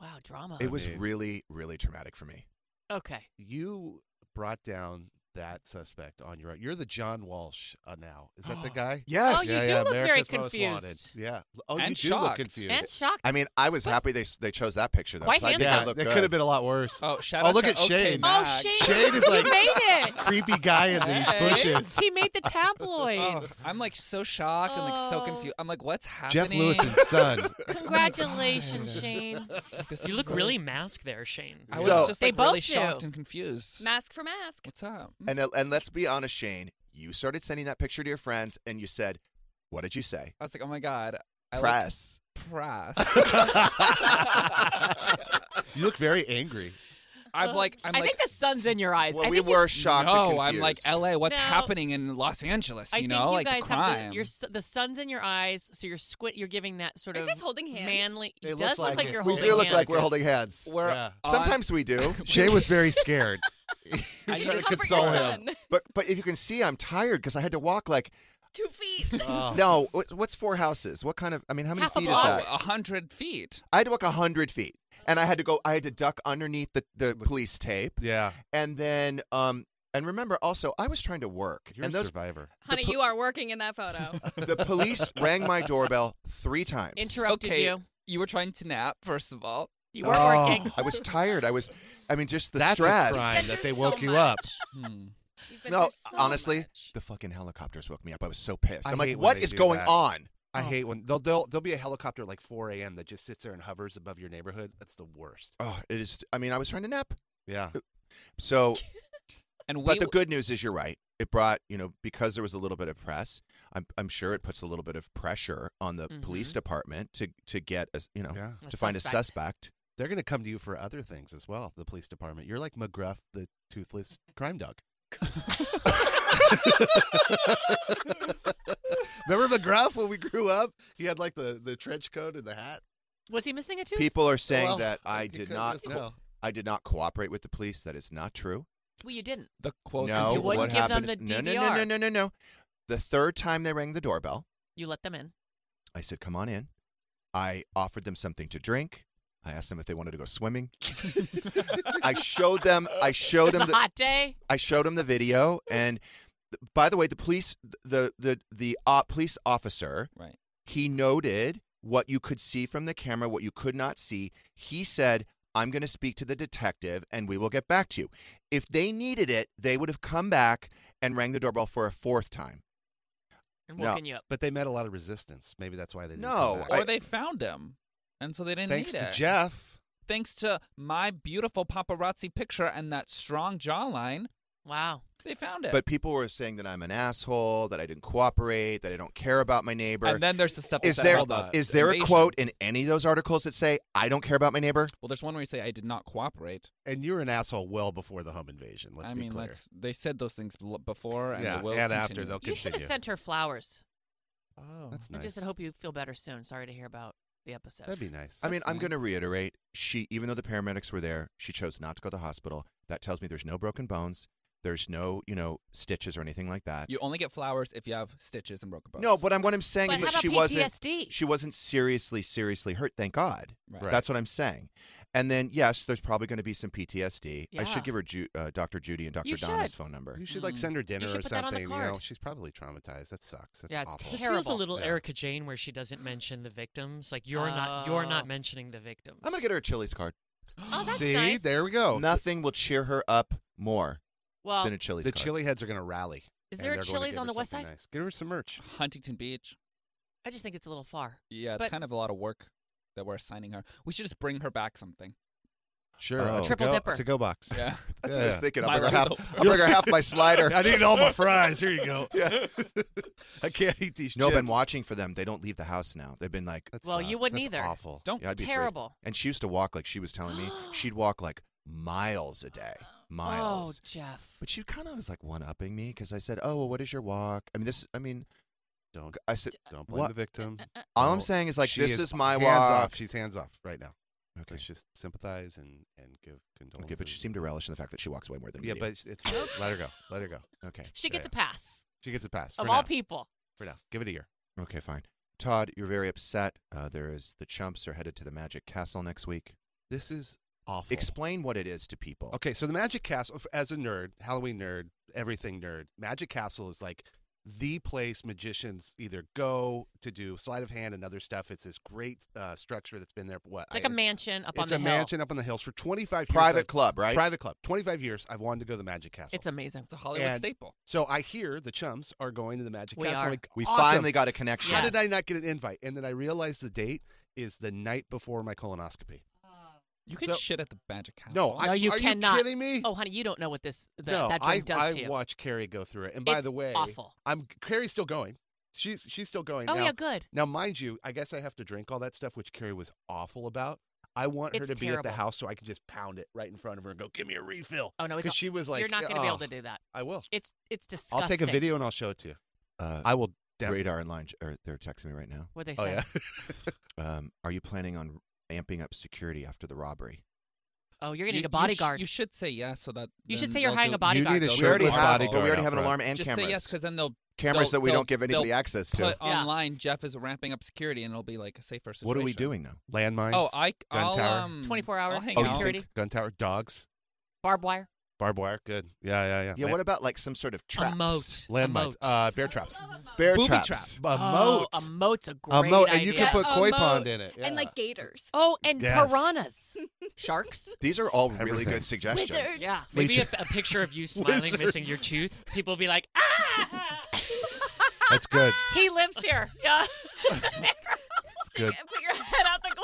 E: Wow, drama.
B: it was really, really traumatic for me.
E: Okay.
C: You brought down that suspect on your own. You're the John Walsh uh, now. Is that the guy?
B: Yes.
E: Oh, you
C: yeah,
E: do
C: yeah,
E: look very
C: America's Most
E: confused.
C: Wanted. Yeah. Oh, you
F: And
C: do look
F: shocked.
C: confused.
E: And shocked.
B: I mean, I was happy they they chose that picture though.
E: Quite
B: 'cause I think
C: yeah,
B: I look
C: that
B: good.
C: could have been a lot worse.
F: Oh, shout
C: Oh,
F: out
C: look
F: to
C: at
F: OK
C: Shane.
F: Mac.
E: oh, Shane,
C: Shade is like-
E: you made it.
C: Creepy guy in the
F: Hey.
C: bushes.
E: He made the
F: Oh,
E: tabloids.
F: I'm like so shocked and like so
E: Oh.
F: confused. I'm like, what's happening?
C: Jeff Lewis and son.
E: Congratulations, Shane.
F: This
G: You
F: is
G: look really mask there, Shane.
F: I was
B: So-
F: just
E: They
F: like really
E: both do.
F: shocked and confused.
J: Mask for mask.
F: What's up?
B: And uh, and let's be honest, Shane, you started sending that picture to your friends, and you said, "What did you say?"
F: I was like, oh my god. I like
B: Press.
F: press.
C: You look very angry.
F: I'm like, I'm
E: I
F: like,
E: think the sun's in your eyes.
B: Well,
E: I
B: we
E: think you-
B: were shocked. and
F: no, I'm like,
B: confused.
F: LA, what's
E: Now-
F: happening in Los Angeles?
E: I
F: You
E: think
F: know,
E: you
F: like
E: guys
F: the
E: have
F: crime.
E: the, your, s- the sun's in your eyes, so you're squint. You're giving that sort
J: Are you
E: of
J: guys holding hands?
E: manly.
C: It
E: It
C: looks
E: does look
C: like
E: like
C: it.
E: you're
B: we
E: holding
B: do look like
E: hands.
B: we're holding hands.
F: We're
C: Yeah.
F: on-
B: Sometimes we do.
C: Shay was very scared.
F: I
J: You
F: try
J: need
F: to
J: to comfort
F: console
J: your
F: him.
J: son.
B: But but if you can see, I'm tired because I had to walk like
J: Two feet.
B: no. wh- What's four houses? What kind of? I mean, how many
E: Half a
B: feet is
E: block.
F: Oh,
B: that?
F: a hundred feet.
B: I had to walk hundred feet, and I had to go. I had to duck underneath the, the police tape,
C: Yeah.
B: and then um and remember also I was trying to work,
C: You're
B: and
C: a
B: those
C: survivor.
J: Honey, you are working in that photo.
B: the police rang my doorbell three times.
E: Interrupted
F: okay,
E: you.
F: were trying to nap, first of all.
E: You were
C: Oh.
E: working.
B: I was tired. I was. I mean, just the
C: That's
B: stress.
C: a crime
J: Been
C: that
J: through
C: they
J: so
C: woke you
J: much.
C: up.
F: Hmm.
J: You've been
B: No, uh,
J: through so
B: honestly,
J: much.
B: the fucking helicopters woke me up. I was so pissed.
C: I
B: I'm like,
C: hate when
B: what
C: they
B: is
C: do
B: going
C: that.
B: on?
C: I hate when they'll, they'll there'll be a helicopter at like 4 a.m. that just sits there and hovers above your neighborhood. That's the worst.
B: Oh, it is. I mean, I was trying to nap.
C: Uh, Yeah.
B: So
F: And we
B: But the good news is you're right. It brought, you know, because there was a little bit of press, I'm, I'm sure it puts a little bit of pressure on the police
E: Mhm.
B: department to, to get, a, you know,
C: Yeah.
E: A
B: to find a
E: suspect.
B: suspect.
C: They're going to come to you for other things as well, the police department. You're like McGruff, the toothless crime dog. Remember McGruff when we grew up? He had like the, the trench coat and the hat.
E: Was he missing a tooth?
B: People are saying
C: Well,
B: that I
C: you
B: did
C: couldn't
B: not
C: just
B: co-
C: know.
B: I did not cooperate with the police. That is not true.
E: Well, you didn't.
F: The
B: no,
E: you wouldn't
B: what
E: give
B: happened
E: them
B: is-
E: the
B: no, no, no,
E: DVR.
B: no, no, no, no. The third time they rang the doorbell,
E: You let them in.
B: I said, "Come on in." I offered them something to drink. I asked them if they wanted to go swimming. I showed them. I showed
E: it's
B: them.
E: a hot day.
B: I showed him the video, and th- by the way, the police, the the the uh, police officer,
F: right?
B: He noted what you could see from the camera, what you could not see. He said, "I'm going to speak to the detective, and we will get back to you." If they needed it, they would have come back and rang the doorbell for a fourth time.
E: And
B: No. woken you
C: up. But they met a lot of resistance. Maybe that's why they didn't.
B: No,
C: come back.
F: Or they found him, and so they didn't.
C: Thanks
F: need
C: to
F: it.
C: Jeff.
F: Thanks to my beautiful paparazzi picture and that strong jawline.
E: Wow.
F: They found it.
B: But people were saying that I'm an asshole, that I didn't cooperate, that I don't care about my neighbor.
F: And then there's the stuff that
B: Is
F: said
B: there
F: all the
B: is there a
F: invasion.
B: quote in any of those articles that say I don't care about my neighbor?
F: well, there's one where you say I did not cooperate.
C: And you're an asshole well before the home invasion. Let's
F: I
C: be
F: mean,
C: clear.
F: let's- they said those things bl- before, and
C: Yeah,
F: they will
C: and after
F: continue.
C: they'll
E: You should have sent her flowers.
F: Oh,
C: That's
E: I just
C: nice.
E: said, hope you feel better soon. Sorry to hear about the episode.
C: That'd be nice.
B: I mean, I'm going to reiterate. She, even though the paramedics were there, she chose not to go to the hospital. That tells me there's no broken bones. There's no, you know, stitches or anything like that.
F: You only get flowers if you have stitches and broken bones.
B: no, but I'm, what I'm saying
E: But
B: is
E: how
B: that
E: about
B: she wasn't.
E: PTSD?
B: She wasn't seriously, seriously hurt. Thank God.
F: Right.
B: That's what I'm saying. And then, yes, there's probably going to be some PTSD. I
C: Yeah.
B: should give her Ju- uh, Dr. Judy and Dr.
C: You
B: Donna's
C: should.
B: phone number.
C: You should like send her dinner
G: should
C: or
G: put that on the
C: something. You know,
G: card.
C: she's probably traumatized. That sucks. That's
E: Yeah, it's
C: awful.
G: This feels a little
C: Yeah.
G: Erica Jane where she doesn't mention the victims. Like you're not you're
E: Oh.
G: not mentioning the victims.
B: I'm going to get her a Chili's card.
E: Oh, that's
C: See,
E: nice.
C: there we go.
B: Nothing will cheer her up more
E: Well,
B: than a Chili's
C: the
B: card.
C: chili heads are going to rally.
E: Is
C: and
E: there a
C: they're going to
E: Chili's
C: give
E: on
C: her
E: the west
C: something
E: side?
C: Nice. Give her some merch.
F: Huntington Beach.
E: I just think it's a little far.
F: Yeah, it's
E: But-
F: kind of a lot of work that we're assigning her. We should just bring her back something.
C: Sure,
B: Oh.
C: a
B: Triple
C: to-go-
B: dipper.
C: To go box.
F: Yeah.
B: That's what I was thinking. I'll
F: My
B: bring, her half,
F: leftover.
B: I'll bring her half my slider.
C: I need all my fries. Here you go.
B: Yeah.
C: I can't eat these.
B: No, I've been
C: chips.
B: watching for them. They don't leave the house now. They've been like,
E: Well, you
C: sucks.
E: wouldn't
C: That's
E: either.
C: Awful.
F: Don't
B: Yeah, I'd be afraid.
E: terrible.
B: And she used to walk like she was telling me she'd walk like miles a day, miles.
E: Oh, Jeff.
B: But she kind of was like one upping me because I said, "Oh, well, what is your walk?" I mean, this. I mean,
C: Don't
B: I said,
C: don't blame
B: what-
C: the victim.
B: All I'm
C: Don't-
B: saying is like,
C: She
B: this is, my
C: hands
B: walk.
C: Off. She's hands off right now.
B: Okay.
C: Let's just sympathize and and give condolences.
B: Okay, but she seemed to relish in the fact that she walks way more than
C: yeah,
B: me.
C: but it's let her go. Let her go.
B: okay,
E: She
C: Yeah,
E: gets
C: yeah.
E: a pass
C: She gets a pass
E: of
C: for
E: all
C: now.
E: people.
C: For now, give it a year.
B: okay, fine. Todd, you're very upset. Uh, there is the chumps are headed to the Magic Castle next week.
C: This is awful.
B: Explain what it is to people.
C: Okay, so the Magic Castle, as a nerd, Halloween nerd, everything nerd, Magic Castle is like the place magicians either go to do sleight of hand and other stuff. It's this great uh, structure that's been there. for What?
E: It's like a
C: I-
E: mansion up on
C: it's
E: the
C: a
E: hill.
C: mansion up on the hills for 25 years.
B: Private
C: I've-
B: club, right?
C: Private club. 25 years. I've wanted to go to the Magic Castle.
E: It's amazing.
F: It's a Hollywood
C: And
F: staple.
C: So I hear the chums are going to the Magic
E: We
C: Castle. I'm
E: are.
C: like,
B: We
C: "Awesome."
B: finally got a connection.
C: How did I not get an invite? And then I realized the date is the night before my colonoscopy.
F: You can
C: So-
F: shit at the Magic Castle.
C: No, I-
E: Oh, no, you
C: are you
E: cannot.
C: kidding me?
E: Oh, honey, you don't know what this the,
C: no,
E: that
C: I,
E: drink does
C: I
E: to you.
C: watched Carrie go through it. And by
E: It's
C: the way,
E: awful.
C: I'm Carrie's still going. She's she's still going.
E: Oh,
C: now,
E: yeah, good.
C: Now, mind you, I guess I have to drink all that stuff, which Carrie was awful about. I want her
E: It's
C: to be at the
E: terrible.
C: house so I can just pound it right in front of her and go, "Give me a refill."
E: Oh no, it's
C: because she was like,
E: you're not going to be able
C: "Ugh."
E: to do that.
C: I will.
E: It's it's disgusting.
C: I'll take a video and I'll show it to you.
B: Uh,
C: I will. Def-
B: Radar and line. Or they're texting me right now.
E: What they
C: oh
E: say?
C: yeah.
B: Um, are you planning on amping up security after the robbery?
E: Oh, you're going to
F: You-
E: need
F: you
E: a
F: sh-
E: bodyguard.
F: You should say yes, so that
E: You should
F: then
E: say you're
F: they'll
E: hiring
F: do-
E: a bodyguard.
C: need a
B: But
C: shirt
B: we already
C: with
B: have,
C: bodyguard
B: but we already
C: out
B: have an
C: front.
B: alarm and
F: Just
B: cameras.
F: say yes, because then they'll
B: Cameras that
F: they'll-
B: we
F: they'll-
B: don't give anybody
F: they'll
B: access to.
F: Put
E: Yeah.
F: online, Jeff is ramping up security, and it'll be like a safer situation.
B: What are we doing though?
C: Landmines.
F: Oh, I
C: gun
F: I'll,
C: tower.
F: um,
E: 24 hour
F: I'll hang
C: oh,
F: out.
C: you think gun tower dogs,
E: barbed wire.
C: barbed wire. Good. Yeah, yeah, yeah.
B: Yeah,
C: Man-
B: what about like some sort of traps?
G: a moat. A
C: landmines?
G: moat.
C: Uh, bear traps.
B: Bear
F: Booby
B: traps.
F: traps.
C: A
E: oh,
C: moat.
E: a moat's a great
C: a moat,
E: idea.
C: and you can
J: idea.
C: put
J: A
C: koi
J: moat.
C: pond in it.
J: And
C: yeah.
J: like gators.
E: oh, and
C: Yes.
E: piranhas, sharks.
B: These are all really
C: Everything.
B: good suggestions.
J: Wizards.
E: Yeah.
G: Maybe a, a picture of you smiling, missing your tooth. People will be like, ah!
C: that's good.
E: He lives here. Yeah.
J: Stick
C: good.
J: it- Put your head out the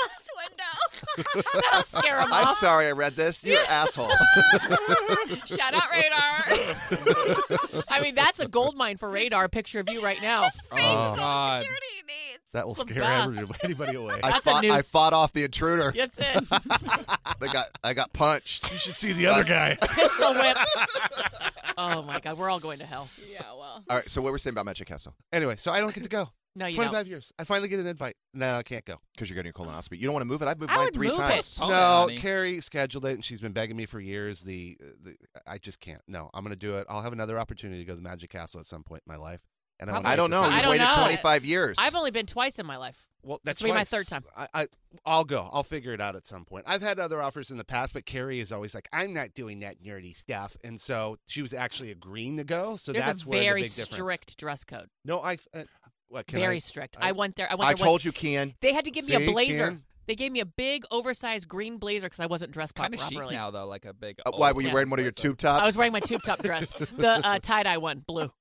J: glass window.
E: That'll scare him
B: I'm
E: off.
B: sorry I read this. You're assholes.
J: Shout out radar.
E: I mean, that's a gold mine for radar. A picture of you right now.
F: Oh, God.
J: Security needs.
C: That will
B: the
C: scare
B: best.
C: everybody, anybody away.
B: I fought, I fought off the intruder.
E: That's it.
B: I got I got punched. You should see
C: the other guy.
E: Pistol whip. oh my God, we're all going to hell. Yeah, well.
B: All right, so what we're saying about Magic Castle?
C: Anyway, so I don't get to go.
E: No, you
C: 25
E: don't.
C: years. I finally get an invite. No, I can't go.
B: Because you're getting a colonoscopy. You don't want to move it. I've moved
C: I
B: mine
C: would
B: three
C: move it.
B: times.
C: No, Carrie scheduled it, and she's been begging me for years. The, the I just can't. No, I'm going to do it. I'll have another opportunity to go to the Magic Castle at some point in my life. And I, wanna
B: I
C: make
B: don't
C: this
B: know.
C: happen.
B: You've waited 25 years.
E: I've only been twice in my life.
C: Well, that's
E: this will be my
C: twice.
E: third time.
C: I, I I'll go. I'll figure it out at some point. I've had other offers in the past, but Carrie is always like, "I'm not doing that nerdy stuff," and so she was actually agreeing to go. So
E: There's
C: that's
E: a
C: where
E: very
C: the big difference.
E: strict dress code.
C: No, I. Uh, what, can
E: very
C: I-
E: strict. I, went there. I went
B: I
E: there
B: told
E: once.
B: you, Kian.
E: They had to give me a
B: See,
E: blazer.
B: Kian?
E: They gave me a big, oversized green blazer because I wasn't dressed
F: Kinda
E: properly.
F: chic now though, like a big.
B: Uh, why
F: old
B: were you
F: man.
B: wearing one of your tube tops?
E: I was wearing my tube top dress, the uh, tie dye one, blue.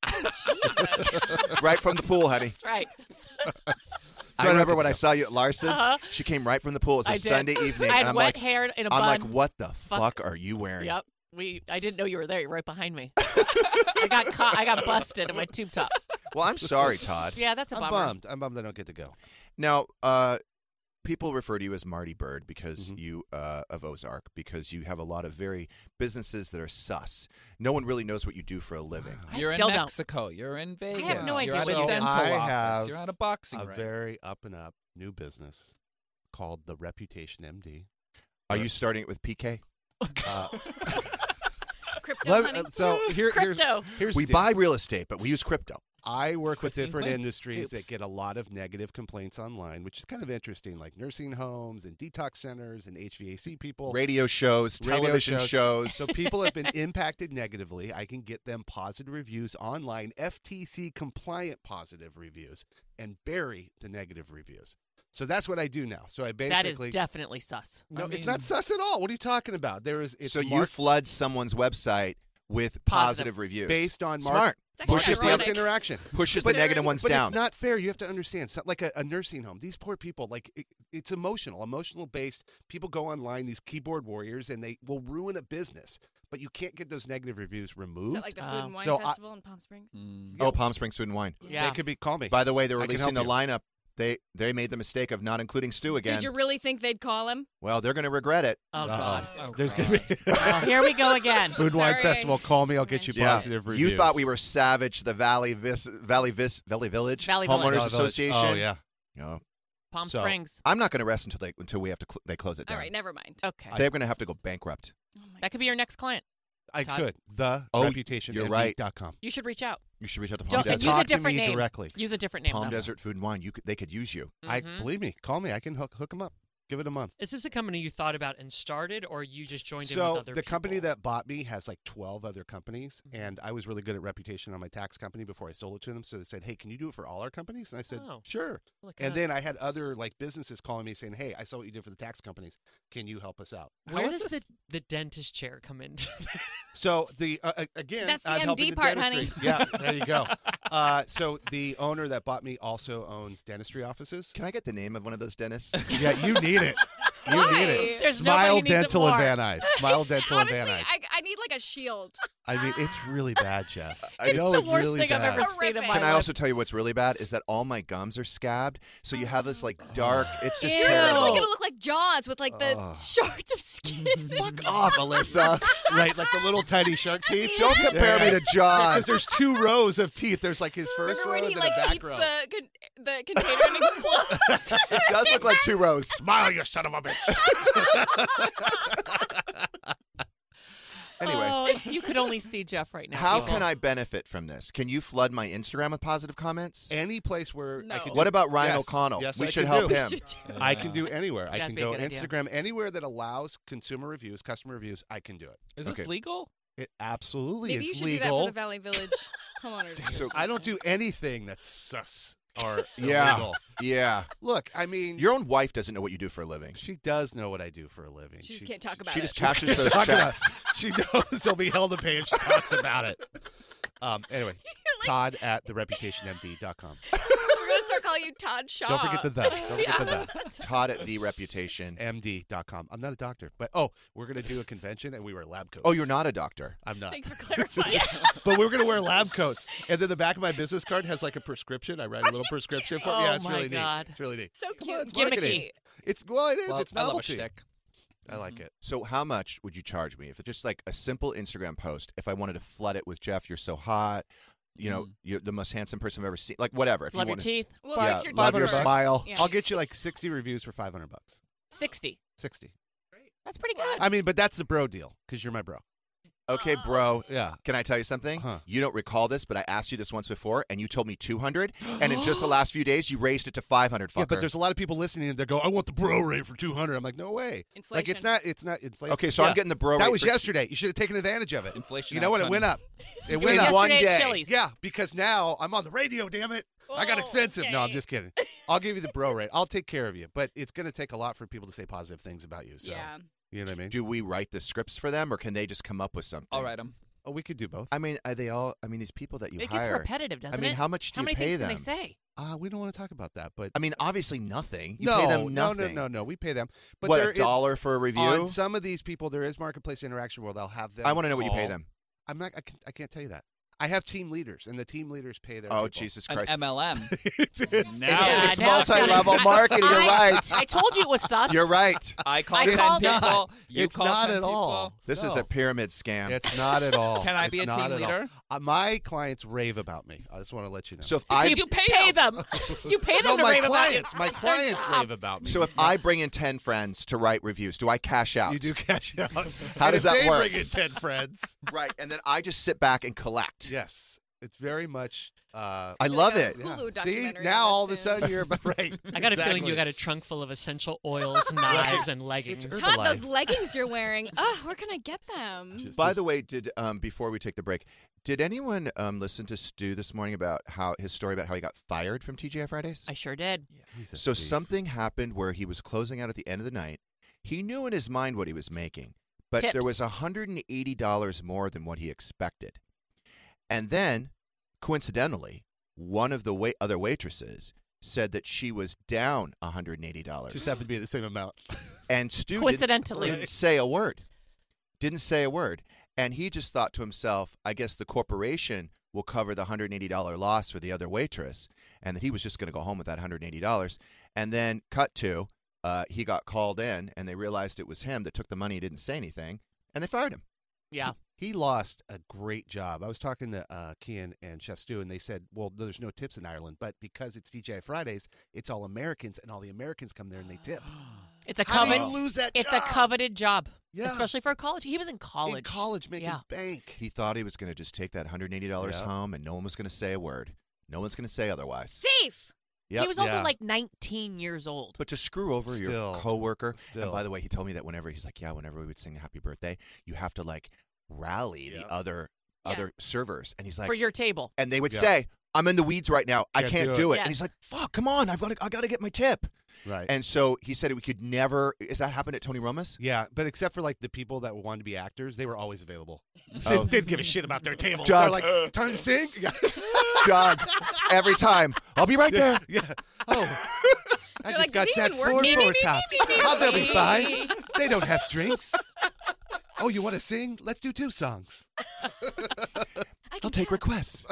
B: right from the pool, honey.
E: That's right.
B: I remember when I saw you at Larson's.
E: Uh-huh.
B: She came right from the pool. It was a
E: I did.
B: Sunday evening.
E: I had
B: and I'm
E: wet
B: like,
E: hair in a
B: I'm like,
E: bun.
B: what the
E: Fuck.
B: fuck are you wearing?
E: Yep. We. I didn't know you were there. You're right behind me. I got caught. I got busted in my tube top.
B: Well, I'm sorry, Todd.
E: Yeah, that's a
C: I'm
E: bummer.
C: bummed. I'm bummed. I don't get to go.
B: Now, uh, people refer to you as Marty Bird because you uh, of Ozark because you have a lot of very businesses that are sus. No one really knows what you do for a living.
F: You're
E: still
F: in
E: don't.
F: Mexico. You're in Vegas.
E: no idea
F: You're at
E: what
F: a
E: you do.
F: dental
C: I
F: office.
C: have
F: You're at a boxing
C: a
F: ring.
C: very up and up new business called the Reputation MD.
B: Are you starting it with PK?
C: Uh,
J: Crypto
C: let-
J: honey.
C: uh, so here, here's,
J: Crypto.
C: here's
B: we
C: the
B: buy
C: deal.
B: real estate, but we use crypto.
C: I work with
B: Christine
C: different
B: Quinn.
C: industries
B: Stoops.
C: that get a lot of negative complaints online, which is kind of interesting, like nursing homes and detox centers and HVAC people,
B: Radio shows,
C: radio
B: television shows.
C: So people have been impacted negatively. I can get them positive reviews online, FTC compliant positive reviews, and bury the negative reviews. So that's what I do now. So I
E: That is
C: basically
E: definitely sus.
C: No, it's not sus at all. What are you talking about? There is it's
B: so you
C: mark-
B: flood someone's website with positive, reviews
C: based on mark-
B: smart
C: market
B: pushes the
C: based
B: other-
C: interaction,
B: pushes the negative ones
C: but
B: down.
C: It's not fair. You have to understand, so, like a, a nursing home. These poor people, like it, it's emotional, emotional based. People go online, these keyboard warriors, and they will ruin a business. But you can't get those negative reviews
J: Is
C: removed.
J: that like the Food
E: Um,
J: and Wine
C: so I-
J: Festival in Palm Springs?
F: Mm.
B: oh, Palm Springs Food and Wine.
J: Yeah.
C: They could be call me.
B: By the way, they're
C: I can
B: releasing the
C: help you.
B: lineup. They they made the mistake of not including Stu again.
J: Did you really think they'd call him?
B: well, they're going to regret it.
E: Oh, God.
C: There's gonna be
E: Oh, here we go again.
C: Uh, food and wine festival. Call me. I'll get you
B: Yeah.
C: positive reviews.
B: You thought we were savage, the Valley Vis, Valley Vis, Valley Village
E: Valley
B: Homeowners
E: Village.
C: Valley Village.
B: Association.
C: Oh, yeah.
B: No.
E: Palm
B: So,
E: Springs.
B: I'm not going to rest until they until we have to cl- they close it down.
J: All right, never mind. Oh
E: Okay.
B: They're going to have to go bankrupt.
E: that could be your next client.
C: I
E: Todd.
C: could the
B: Oh,
C: reputation.
B: you're right.
C: Com.
E: You should reach out.
B: You should reach out to Palm
E: Don't, and
B: Desert.
E: use a
C: Talk to
E: different
C: me
E: name.
C: directly.
E: Use a different name.
B: Palm
E: though.
B: Desert Food and Wine. You could, they could use you.
C: I
J: Mm-hmm.
E: Mhm.
C: believe me. Call me. I can hook hook them up. Give it a month.
G: Is this a company you thought about and started, or you just joined in with
C: so
G: other
C: the company
G: people? Mm-hmm.
C: that bought me has like 12 other companies and i was really good at reputation on my tax company before i sold it to them so they said hey can you do it for all our companies and i said
G: Oh,
C: sure
G: look at
C: and
G: that.
C: then i had other like businesses calling me saying hey i saw what you did for the tax companies can you help us out
G: where
C: How
G: does
C: is this-
G: the, the dentist chair come into this?
C: so the uh, uh, again
J: That's the
C: I'm helping
J: MD
C: the
J: part,
C: dentistry.
J: honey.
C: yeah there you go uh, so the owner that bought me also owns dentistry offices
B: Can I get the name of one of those dentists?
C: yeah you need it you
J: Why?
C: need it
E: There's nobody
C: smile
E: who needs it
C: dental and
E: more.
C: van Nuys. smile dental and
J: Honestly,
C: van Nuys.
J: I, I need like a shield.
C: I mean, it's really bad, Jeff. I
B: It's
C: know
E: the
C: it's
E: worst
C: really
E: thing I've
C: bad.
E: ever seen in my
B: Can I
E: life.
B: also tell you what's really bad is that all my gums are scabbed, so you have this like dark. It's just
J: You're literally
B: terrible.
J: gonna look like Jaws with like the shards of skin.
B: Fuck
J: Oh,
B: off, Alyssa.
C: right, like the little tiny shark teeth.
B: Don't compare me to
C: Because
B: Jaws.
C: there's two rows of teeth. There's like his first
J: Remember
C: row
J: when
C: and
J: he
C: then
J: like
C: a back
J: eats
C: row.
J: the, con- the container and explodes?
B: It does look like two rows.
C: Smile, you son of a bitch.
B: Anyway,
E: Oh, if you could only see Jeff right now.
B: how
E: people.
B: can I benefit from this? Can you flood my Instagram with positive comments?
C: Any place where I can.
J: No.
B: What about Ryan
C: Yes,
B: O'Connell?
C: yes,
B: we
C: I
B: should
C: can
B: help
C: do.
B: him.
J: Should do-
C: I can do anywhere. I
E: That'd
C: can
E: be a
C: go
E: good idea.
C: Instagram anywhere that allows consumer reviews, customer reviews. I can do it.
F: Is this
B: Okay.
F: legal?
C: It absolutely
J: Maybe
C: is
J: you should do that
C: legal.
J: for the Valley Village homeowners.
B: So-
C: I don't do anything that's sus or
B: Yeah.
C: illegal.
B: Yeah.
C: Look, I mean,
B: Your own wife doesn't know what you do for a living.
C: she does know what I do for a living.
J: She just can't talk about
B: She
J: it.
B: just cashes those
C: talk about
B: checks.
C: us. She knows they'll be held to pay and she talks about it. Um, anyway, Todd at thereputationmd.com.
J: We're gonna sponsor call you Todd Shaw.
C: Don't forget the that. Don't forget the
J: Yeah.
C: that.
B: Todd at the reputation.
C: MD.com. I'm not a doctor, but oh, we're going to do a convention and we wear lab coats.
B: Oh, you're not a doctor.
C: I'm not.
J: Thanks for clarifying.
C: but we were going to wear lab coats. And then the back of my business card has like a prescription. I write a little prescription for
J: Oh
C: Yeah, it's
J: my
C: really
J: God.
C: neat. It's really neat.
J: So
C: Come on,
J: cute.
C: it's marketing.
J: Gimmicky.
C: It's well, it is.
B: Well,
C: it's
B: I love a
C: novelty.
B: shtick.
C: I like it.
B: So, how much would you charge me if it's just like a simple Instagram post? If I wanted to flood it with Jeff, you're so hot, you know, you're the most handsome person I've ever seen. Like whatever. If
E: Mm. Love
B: you
E: your
B: wanted-
E: teeth. Well,
B: yeah,
E: what's your
B: love your
E: teeth first?
B: smile.
E: Yeah.
C: I'll get you like 60 reviews for 500 bucks.
E: 60.
C: 60.
E: That's pretty good.
C: I mean, but that's the bro deal because you're my bro.
B: Okay, bro.
C: Yeah.
B: Can I tell you something?
C: Uh-huh.
B: You don't recall this, but I asked you this once before, and you told me 200, and in just the last few days, you raised it to 500. Fucker.
C: Yeah, but there's a lot of people listening and they go, "I want the bro rate for 200." I'm like, "No way." Like it's
B: Inflation.
C: not it's not inflation.
B: Okay, so I'm
C: Yeah.
B: getting the bro
C: That
B: rate
C: was
B: for-
C: yesterday. You should have taken advantage of it.
B: Inflation
C: You know what? It went
B: outcome.
C: up. It,
B: It
C: went
B: was
C: up
B: one yesterday at day. Chili's. Oh,
C: Yeah, because now I'm on the radio, damn it. I got expensive. No, I'm just kidding. I'll give you the bro rate. I'll take care of you, but it's going to take a lot for people to say positive things about you. So,
I: Yeah.
C: you know what I mean?
B: Do we write the scripts for them, or can they just come up with something?
F: I'll write them.
C: Oh, we could do both.
B: I mean, are they all? I mean, these people that you
E: It
B: hire.
E: gets repetitive, doesn't
B: I mean,
E: it?
B: how much do
E: how
B: you
E: many
B: pay
E: things
B: them?
E: Can they say?
C: Uh, we don't want to talk about that, but
B: I mean, obviously nothing. You
C: no,
B: pay them
C: no,
B: nothing.
C: no, no, no. We pay them. But
B: What, a
C: there is-
B: dollar for a review?
C: On some of these people, there is marketplace interaction where they'll have them.
B: I wanna know what you pay
C: call.
B: them.
C: I'm not. I can't, I can't tell you that. I have team leaders, and the team leaders pay their.
B: Oh,
C: people.
B: Jesus
F: An MLM.
C: it's, it's,
F: Now it's
C: it's
F: sus.
C: multi-level
F: I-
C: marketing. You're
F: I-
C: right.
F: I told you it was sus.
C: You're right.
F: I call
C: It's
F: 10
C: not.
F: people, you
C: it's
F: call
C: not
F: 10
C: at all.
B: This is
C: No.
B: a pyramid scam.
C: It's not at all.
F: Can I be
C: It's
F: a
C: not
F: team
C: at all.
F: leader?
C: Uh, my clients rave about me. I just want to let you know. So if
B: I-
E: you pay, pay them. you pay them
C: no,
E: to
C: my
E: rave about you.
C: clients,
F: Oh,
C: my
E: It's their
C: clients
E: job.
C: rave about me.
B: So if I bring in ten friends to write reviews, do I cash out?
C: You do cash out.
B: How
C: And
B: does
C: if
B: that
C: they
B: work?
C: Bring in ten friends.
B: right, and then I just sit back and collect.
C: Yes, it's very much. Uh,
B: I love it.
C: See, now all of a sudden you're about right.
G: I got a feeling
C: exactly.
G: you got a trunk full of essential oils, knives, and leggings.
J: God, those leggings you're wearing. Oh, where can I get them?
B: By the way, did um, before we take the break, did anyone um, listen to Stu this morning about how his story about how he got fired from TGI Fridays?
E: I sure did.
B: So something happened where he was closing out at the end of the night. He knew in his mind what he was making, but there
E: Tips.
B: was $180 more than what he expected. And then, coincidentally, one of the wait- other waitresses said that she was down $180.
C: Just happened to be the same amount.
B: And Stu didn't-
E: Coincidentally.
B: didn't say a word. Didn't say a word. And he just thought to himself, I guess the corporation will cover the $180 loss for the other waitress, and that he was just going to go home with that $180. And then, cut to, uh, he got called in, and they realized it was him that took the money and didn't say anything, and they fired him.
E: Yeah.
C: He lost a great job. I was talking to uh, Kian and Chef Stu, and they said, "Well, there's no tips in Ireland, but because it's DJI Fridays, it's all Americans, and all the Americans come there and they tip."
E: It's a
C: How do you
E: coveted.
C: lose that
E: It's
C: job?
E: a coveted job.
C: Yeah.
E: Especially for a college. He was in college.
C: college making bank.
B: He thought he was going to just take that $180
C: Yeah.
B: home, and no one was going to say a word. No one's going to say otherwise.
E: Thief.
B: Yep.
E: He was also
B: Yeah.
E: like 19 years old.
B: But to screw over
C: Still.
B: your coworker, and
C: Still.
B: by the way, he told me that whenever he's like, yeah, whenever we would sing "Happy Birthday," you have to like rally the other
E: Yeah.
B: other servers, and he's like,
E: for your table.
B: and they would
E: Yeah.
B: say, "I'm in the weeds right now. I
C: Can't
B: can't
C: do
B: do
C: it."
B: it,",
E: Yeah.
B: and he's like, "Fuck, come on, I've got to, I got to get my tip."
C: Right.
B: And so he said we could never. Is that happened at Tony Roma's?
C: yeah, but except for like the people that wanted to be actors, they were always available.
B: Oh.
C: They didn't give a shit about their table.
B: Doug.
C: They're like, time to sing. Yeah.
B: Doug, every time, I'll be right there.
C: Yeah. Oh.
J: They're
C: I just
J: like,
C: got
J: "Does he
C: set
J: even work?
C: four
J: Me, me,
C: four
J: me,
C: tops.
J: me, me,
C: Oh, they'll be
J: me."
C: fine. They don't have drinks. Oh, you want to sing? Let's do two songs.
B: I'll take requests.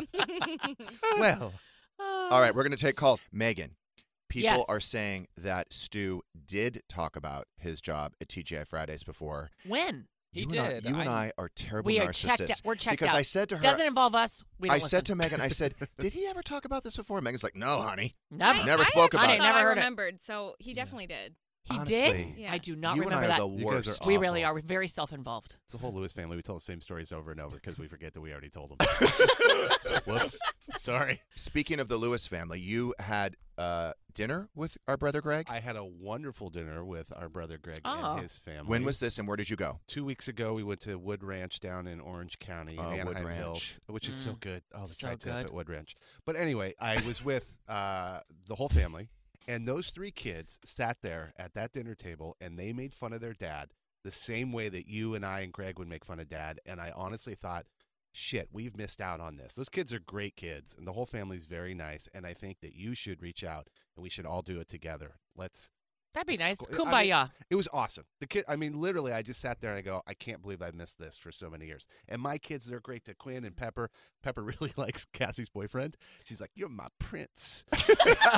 C: Well,
B: All right, we're going to take calls. Megan, people
E: Yes.
B: are saying that Stu did talk about his job at TGI Fridays before.
E: When?
F: He
B: you And
F: did.
B: I, you and
F: I-
B: I are terrible
E: We are
B: narcissists.
E: checked out. We're checked
B: because
E: out.
B: I said to her,
E: Doesn't involve us. We don't
B: I
E: listen.
B: said to Megan, I said, did he ever talk about this before? And Megan's like, no, honey.
E: Never.
B: Never
E: I
B: spoke about
J: I
B: it.
J: thought I
E: heard it.
J: remembered, so he definitely did.
E: He
B: Honestly,
E: did? I do not
B: you and I
E: remember
B: are
E: that.
B: the
C: You guys are
B: worst.
E: we really are. We're very self involved.
C: It's the whole Lewis family. We tell the same stories over and over because we forget that we already told them. Whoops. Sorry.
B: Speaking of the Lewis family, you had uh, dinner with our brother Greg.
C: I had a wonderful dinner with our brother Greg
B: Oh.
C: and his family.
B: When was this and where did you go?
C: Two weeks ago, we went to Wood Ranch down in Orange County, in
B: Oh, Wood
C: Anaheim
B: Ranch.
C: Hills, which is so
B: Mm.
C: good. Oh, the
B: So
C: tri-tip
B: good.
C: at Wood Ranch. But anyway, I was with uh, the whole family, and those three kids sat there at that dinner table, and they made fun of their dad the same way that you and I and Greg would make fun of dad. And I honestly thought, shit, we've missed out on this. Those kids are great kids, and the whole family's very nice. And I think that you should reach out, and we should all do it together. Let's.
E: That'd be nice.
C: let's squ- I mean,
E: Kumbaya.
C: it was awesome. The kid. I mean, literally, I just sat there and I go, I can't believe I missed this for so many years. And my kids, they're great to Quinn and Pepper. Pepper really likes Cassie's boyfriend. She's like, you're my prince.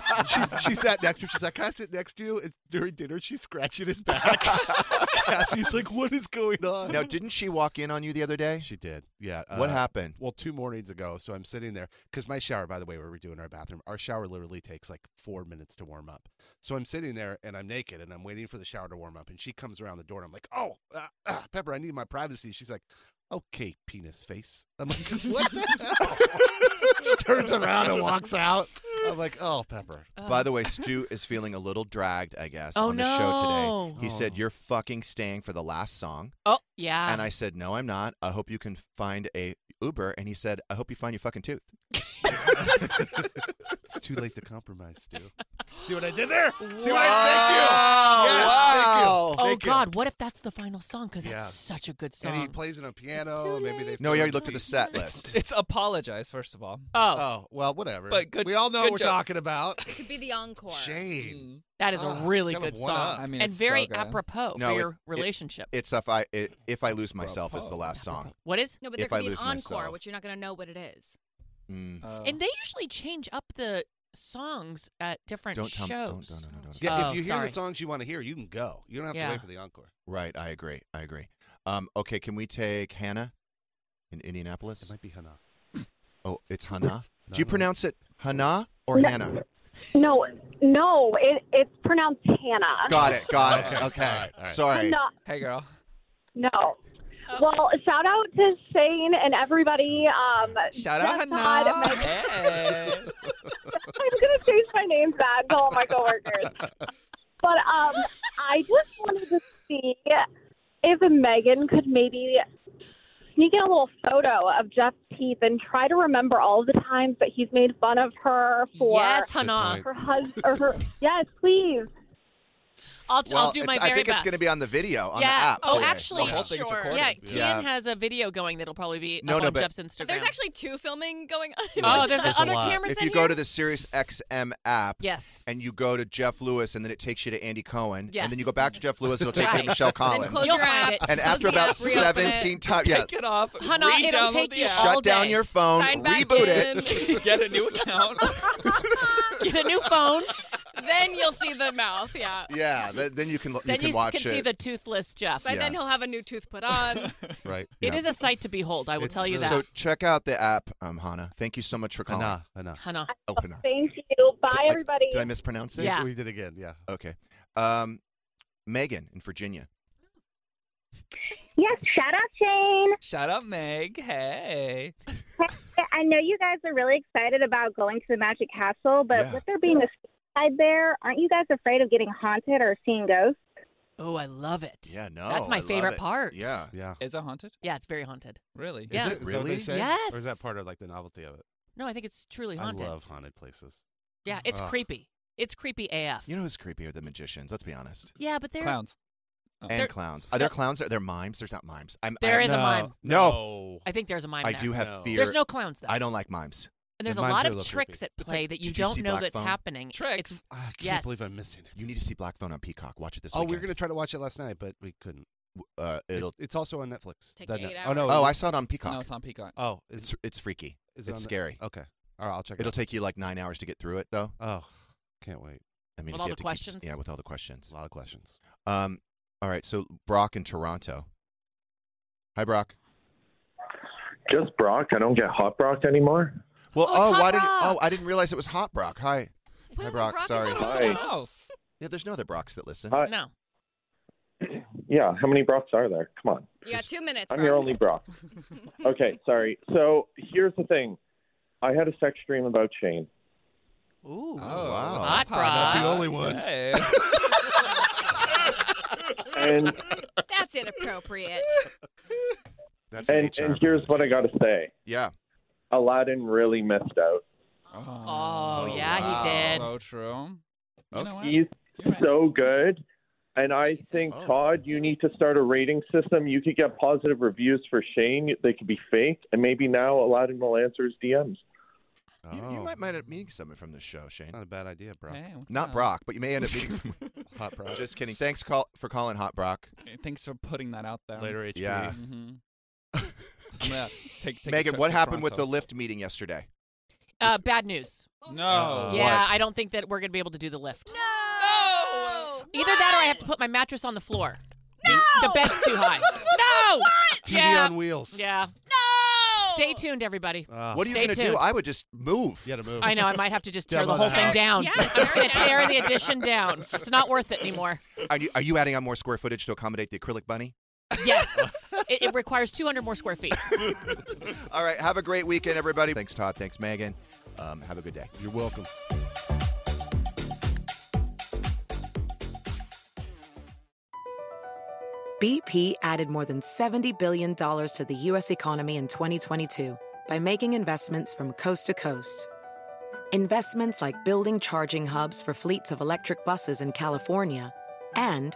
C: And she's, she sat next to him. She's like, can I sit next to you? And during dinner, she's scratching his back. Cassie's like, what is going on?
B: Now, didn't she walk in on you the other day?
C: She did. Yeah.
B: what
C: uh,
B: happened?
C: Well, two mornings ago. So I'm sitting there because my shower, by the way, where we're doing our bathroom, our shower literally takes like four minutes to warm up. So I'm sitting there and I'm naked and I'm waiting for the shower to warm up. And she comes around the door and I'm like, oh, uh, uh, Pepper, I need my privacy. She's like, okay, penis face. I'm like, what the hell? she turns around and walks out. I'm like, oh, Pepper.
E: Uh.
B: By the way, Stu is feeling a little dragged, I guess,
E: Oh,
B: on the show
E: no.
B: today. He said, You're fucking staying for the last song.
E: Oh, yeah.
B: And I said, No, I'm not. I hope you can find a Uber. And he said, I hope you find your fucking tooth.
C: it's too late to compromise, Stu. See what I did there? See
E: Oh, Wow.
C: what I thank you? Yes, thank you.
E: Oh,
C: Thank you.
E: God. What if that's the final song? Because
C: Yeah.
E: that's such a good song.
C: And he plays it on piano. Maybe they
B: No,
C: throw
B: he
C: it-
B: already looked at the set list.
F: It's apologize first of all.
C: Oh. well, whatever.
F: But good-
C: we all know what
F: good
C: we're
F: joke. Mm,
C: talking about.
I: It could be the encore.
C: Shane.
E: That is a
I: Ah,
E: really
I: kind of
E: good
I: one
E: song.
I: up. I mean,
E: and
I: it's
E: very
I: so good.
E: apropos
B: no,
E: for
B: it-
E: your
B: it-
E: relationship.
B: it's if I it, if I lose myself is the last song.
E: what is?
I: No, but there
B: if
I: could
B: I
I: be an
B: lose
I: encore,
B: myself.
I: which you're not going to know what it is.
B: Mm.
E: and they usually change up the songs at different
B: Don't tell
E: shows.
B: me- don't- don't- don't- don't- don't.
C: Yeah,
B: Oh,
C: if you hear
B: sorry.
C: the songs you want to hear, you can go. You don't have to
E: Yeah.
C: wait for the encore.
B: Right, I agree. I agree. Um, okay, can we take Hannah in Indianapolis? It might
C: be Hannah.
B: Oh, it's Hannah.
C: No,
B: Do you
C: no.
B: pronounce it Hannah or
L: No.
B: Hannah?
L: No, no, it, it's pronounced Hannah.
B: Got it. Got it. Okay. Sorry.
L: Hannah.
F: Hey, girl.
L: No. Well, shout out to Shane and everybody. Um,
F: Shout out
L: Jess
F: Hannah.
L: Todd, Meg-
F: Hey.
L: I'm gonna change my name back to all my coworkers. But um, I just wanted to see if Megan could maybe sneak in a little photo of Jeff's teeth and try to remember all the times that he's made fun of her for
E: Yes, Hannah. Good point.
L: her husband or her. Yes, please.
E: I'll,
B: Well,
E: I'll do my
B: it's-
E: very
B: I think
E: best.
B: it's going to be on the video on
E: yeah.
B: the app.
E: Oh,
B: today.
E: actually, Yeah, Kian
B: Yeah.
E: has a video going that'll probably be
B: No,
E: up
B: no,
E: on
B: but-
E: Jeff's Instagram.
I: There's actually two filming going on.
E: oh, there's, other
B: lot.
E: cameras
B: If
E: in
B: you
E: here?
B: go to the Sirius XM app,
E: Yes.
B: and you go to Jeff Lewis, and then it takes you to Andy Cohen,
E: Yes.
B: and then you go back to Jeff Lewis, and it'll take you
E: Right.
B: to Michelle
E: Then
B: Collins.
E: close You'll your find app, it.
B: And
E: close
B: after
E: the
B: about
E: app, reopen
B: seventeen
E: it.
B: times, yeah,
F: Take it off.
E: Hannah, it'll
F: re-download
E: take
F: the
E: you
F: app.
E: all
B: shut down
E: day.
B: your phone,
E: Sign back
B: reboot
E: in.
B: it.
F: Get a new account.
E: Get a new phone.
I: then you'll see the mouth, yeah.
B: yeah, th- then you can lo-
E: Then
B: you can
E: you
B: watch
E: can
B: it.
E: see the toothless Jeff.
I: But then he'll have a new tooth put on.
B: right.
E: It is a sight to behold. I will tell you that.
B: So check out the app, um, Hannah. Thank you so much for calling. Hannah,
C: Hannah,
E: Hannah.
B: Oh, Hannah.
L: Thank you. Bye,
B: Did I-
L: everybody.
B: Did I mispronounce it?
L: Yeah.
C: We did again. Yeah.
B: Okay. Um, Megan in Virginia.
M: Yes, shout out Shane.
F: Shout out Meg. Hey.
M: Hey, I know you guys are really excited about going to the Magic Castle, but with there being a side there, aren't you guys afraid of getting haunted or seeing ghosts?
E: Oh, I love it.
B: Yeah, no.
E: That's
B: I
E: my
B: love
E: favorite
B: it.
E: part.
B: Yeah.
C: Uh, Yeah.
F: Is it haunted?
E: Yeah, it's very haunted.
F: Really?
E: Yeah.
C: Is it really?
E: Yes.
C: Or is that part of like the novelty of it?
E: No, I think it's truly haunted.
C: I love haunted places.
E: Yeah, it's
B: Ugh.
E: creepy. It's creepy AF.
B: You know who's creepier than magicians? Let's be honest.
E: Yeah, but they're
B: And
E: They're-
B: clowns. Are there clowns? Are there mimes? There's not mimes. I'm,
E: There
B: I,
E: is a mime.
B: No.
E: I think there's a mime.
B: I
E: there.
B: do have fear.
E: There's no clowns though.
B: I don't like mimes.
E: And there's a lot of tricks at play that you
B: Did you
E: don't
B: see
E: know
B: Black
E: that's
B: Phone?
E: happening. Tricks. It's,
C: Ah, I can't
E: yes.
C: believe I'm missing it.
B: You need to see Black Phone on Peacock. Watch it this
C: oh, we were
B: weekend.
C: going to try to watch it last night, but we couldn't.
B: Uh, it'll.
C: It's also on Netflix.
I: Take
C: Doesn't
I: eight
C: it?
I: hours.
C: Oh, no.
B: oh, I saw it on Peacock.
F: No, it's on Peacock.
C: Oh,
B: it's it's freaky.
C: is
B: it's
C: it on the-
B: scary.
C: okay. All right, I'll check it
B: It'll
C: out.
B: take you like nine hours to get through it, though.
C: Oh, can't wait.
B: I
E: With
B: mean, if you
E: all the
B: have to keep s-
E: questions?
B: yeah, with all the questions.
C: A lot of questions.
B: Um, all right. So Brock in Toronto. Hi, Brock.
N: Just Brock. I don't get hot Brock anymore.
B: Well,
N: Oh, it's
B: oh,
N: Hot
B: why did
N: Brock.
B: oh I didn't realize it was Hot Brock. Hi, hi, Brock. Sorry,
N: thought it was someone Hi.
F: else.
B: Yeah, there's no other Brocks that listen.
N: Hi.
E: No.
N: Yeah, how many Brocks are there? Come on.
I: You got two minutes.
N: I'm your
I: Brock.
N: only Brock. okay, sorry. So here's the thing. I had a sex dream about Shane.
E: Ooh.
B: Oh, wow.
E: Hot
N: Hot Rod.
E: Rod.
N: Not the only one.
F: Oh, Hey.
N: And
I: That's inappropriate.
B: That's
N: and, and here's what I gotta say.
B: Yeah.
N: Aladdin really missed out.
E: Oh, yeah, he did.
F: So true. You know what?
N: He's so good. And I think, Todd, you need to start a rating system. You could get positive reviews for Shane. They could be fake. And maybe now Aladdin will answer his DMs.
B: You,
C: Oh.
B: you might might end up meeting someone from the show, Shane. Not
C: a bad idea, Brock.
F: Hey, uh, what's
E: Oh.
B: Not
F: up?
B: Brock, but you may end up meeting someone. Hot Brock. Just kidding. Thanks call, for calling Hot Brock.
F: Thanks for putting that out there.
B: Later, HP. Yeah.
F: hmm I'm gonna take, take a
B: Megan,
F: trip
B: what
F: to
B: happened with the
F: Toronto.
B: Lyft meeting yesterday?
E: Uh, bad news.
F: No.
B: Uh,
E: yeah, I don't think that we're gonna be able to do the lift. No. Either that, or I have to put my mattress on the floor. No. The bed's too high. no.
C: TV
E: Yeah.
C: on wheels.
E: Yeah. No. Stay tuned, everybody.
B: Uh, what are you
E: Stay
B: gonna do?
E: tuned.
B: I would just move.
C: You gotta move.
E: I know. I might have to just tear
B: Demo
E: the whole
B: the
E: thing
B: house.
E: down.
B: Yeah,
E: I'm just gonna tear the addition down. It's not worth it anymore.
B: Are you, are you adding on more square footage to accommodate the acrylic bunny?
E: Yes. it, it requires 200 more square feet.
B: All right. Have a great weekend, everybody. Thanks, Todd. Thanks, Megan. Um, have a good day. You're welcome.
K: BP added more than $70 billion to the U.S. economy in 2022 by making investments from coast to coast. Investments like building charging hubs for fleets of electric buses in California and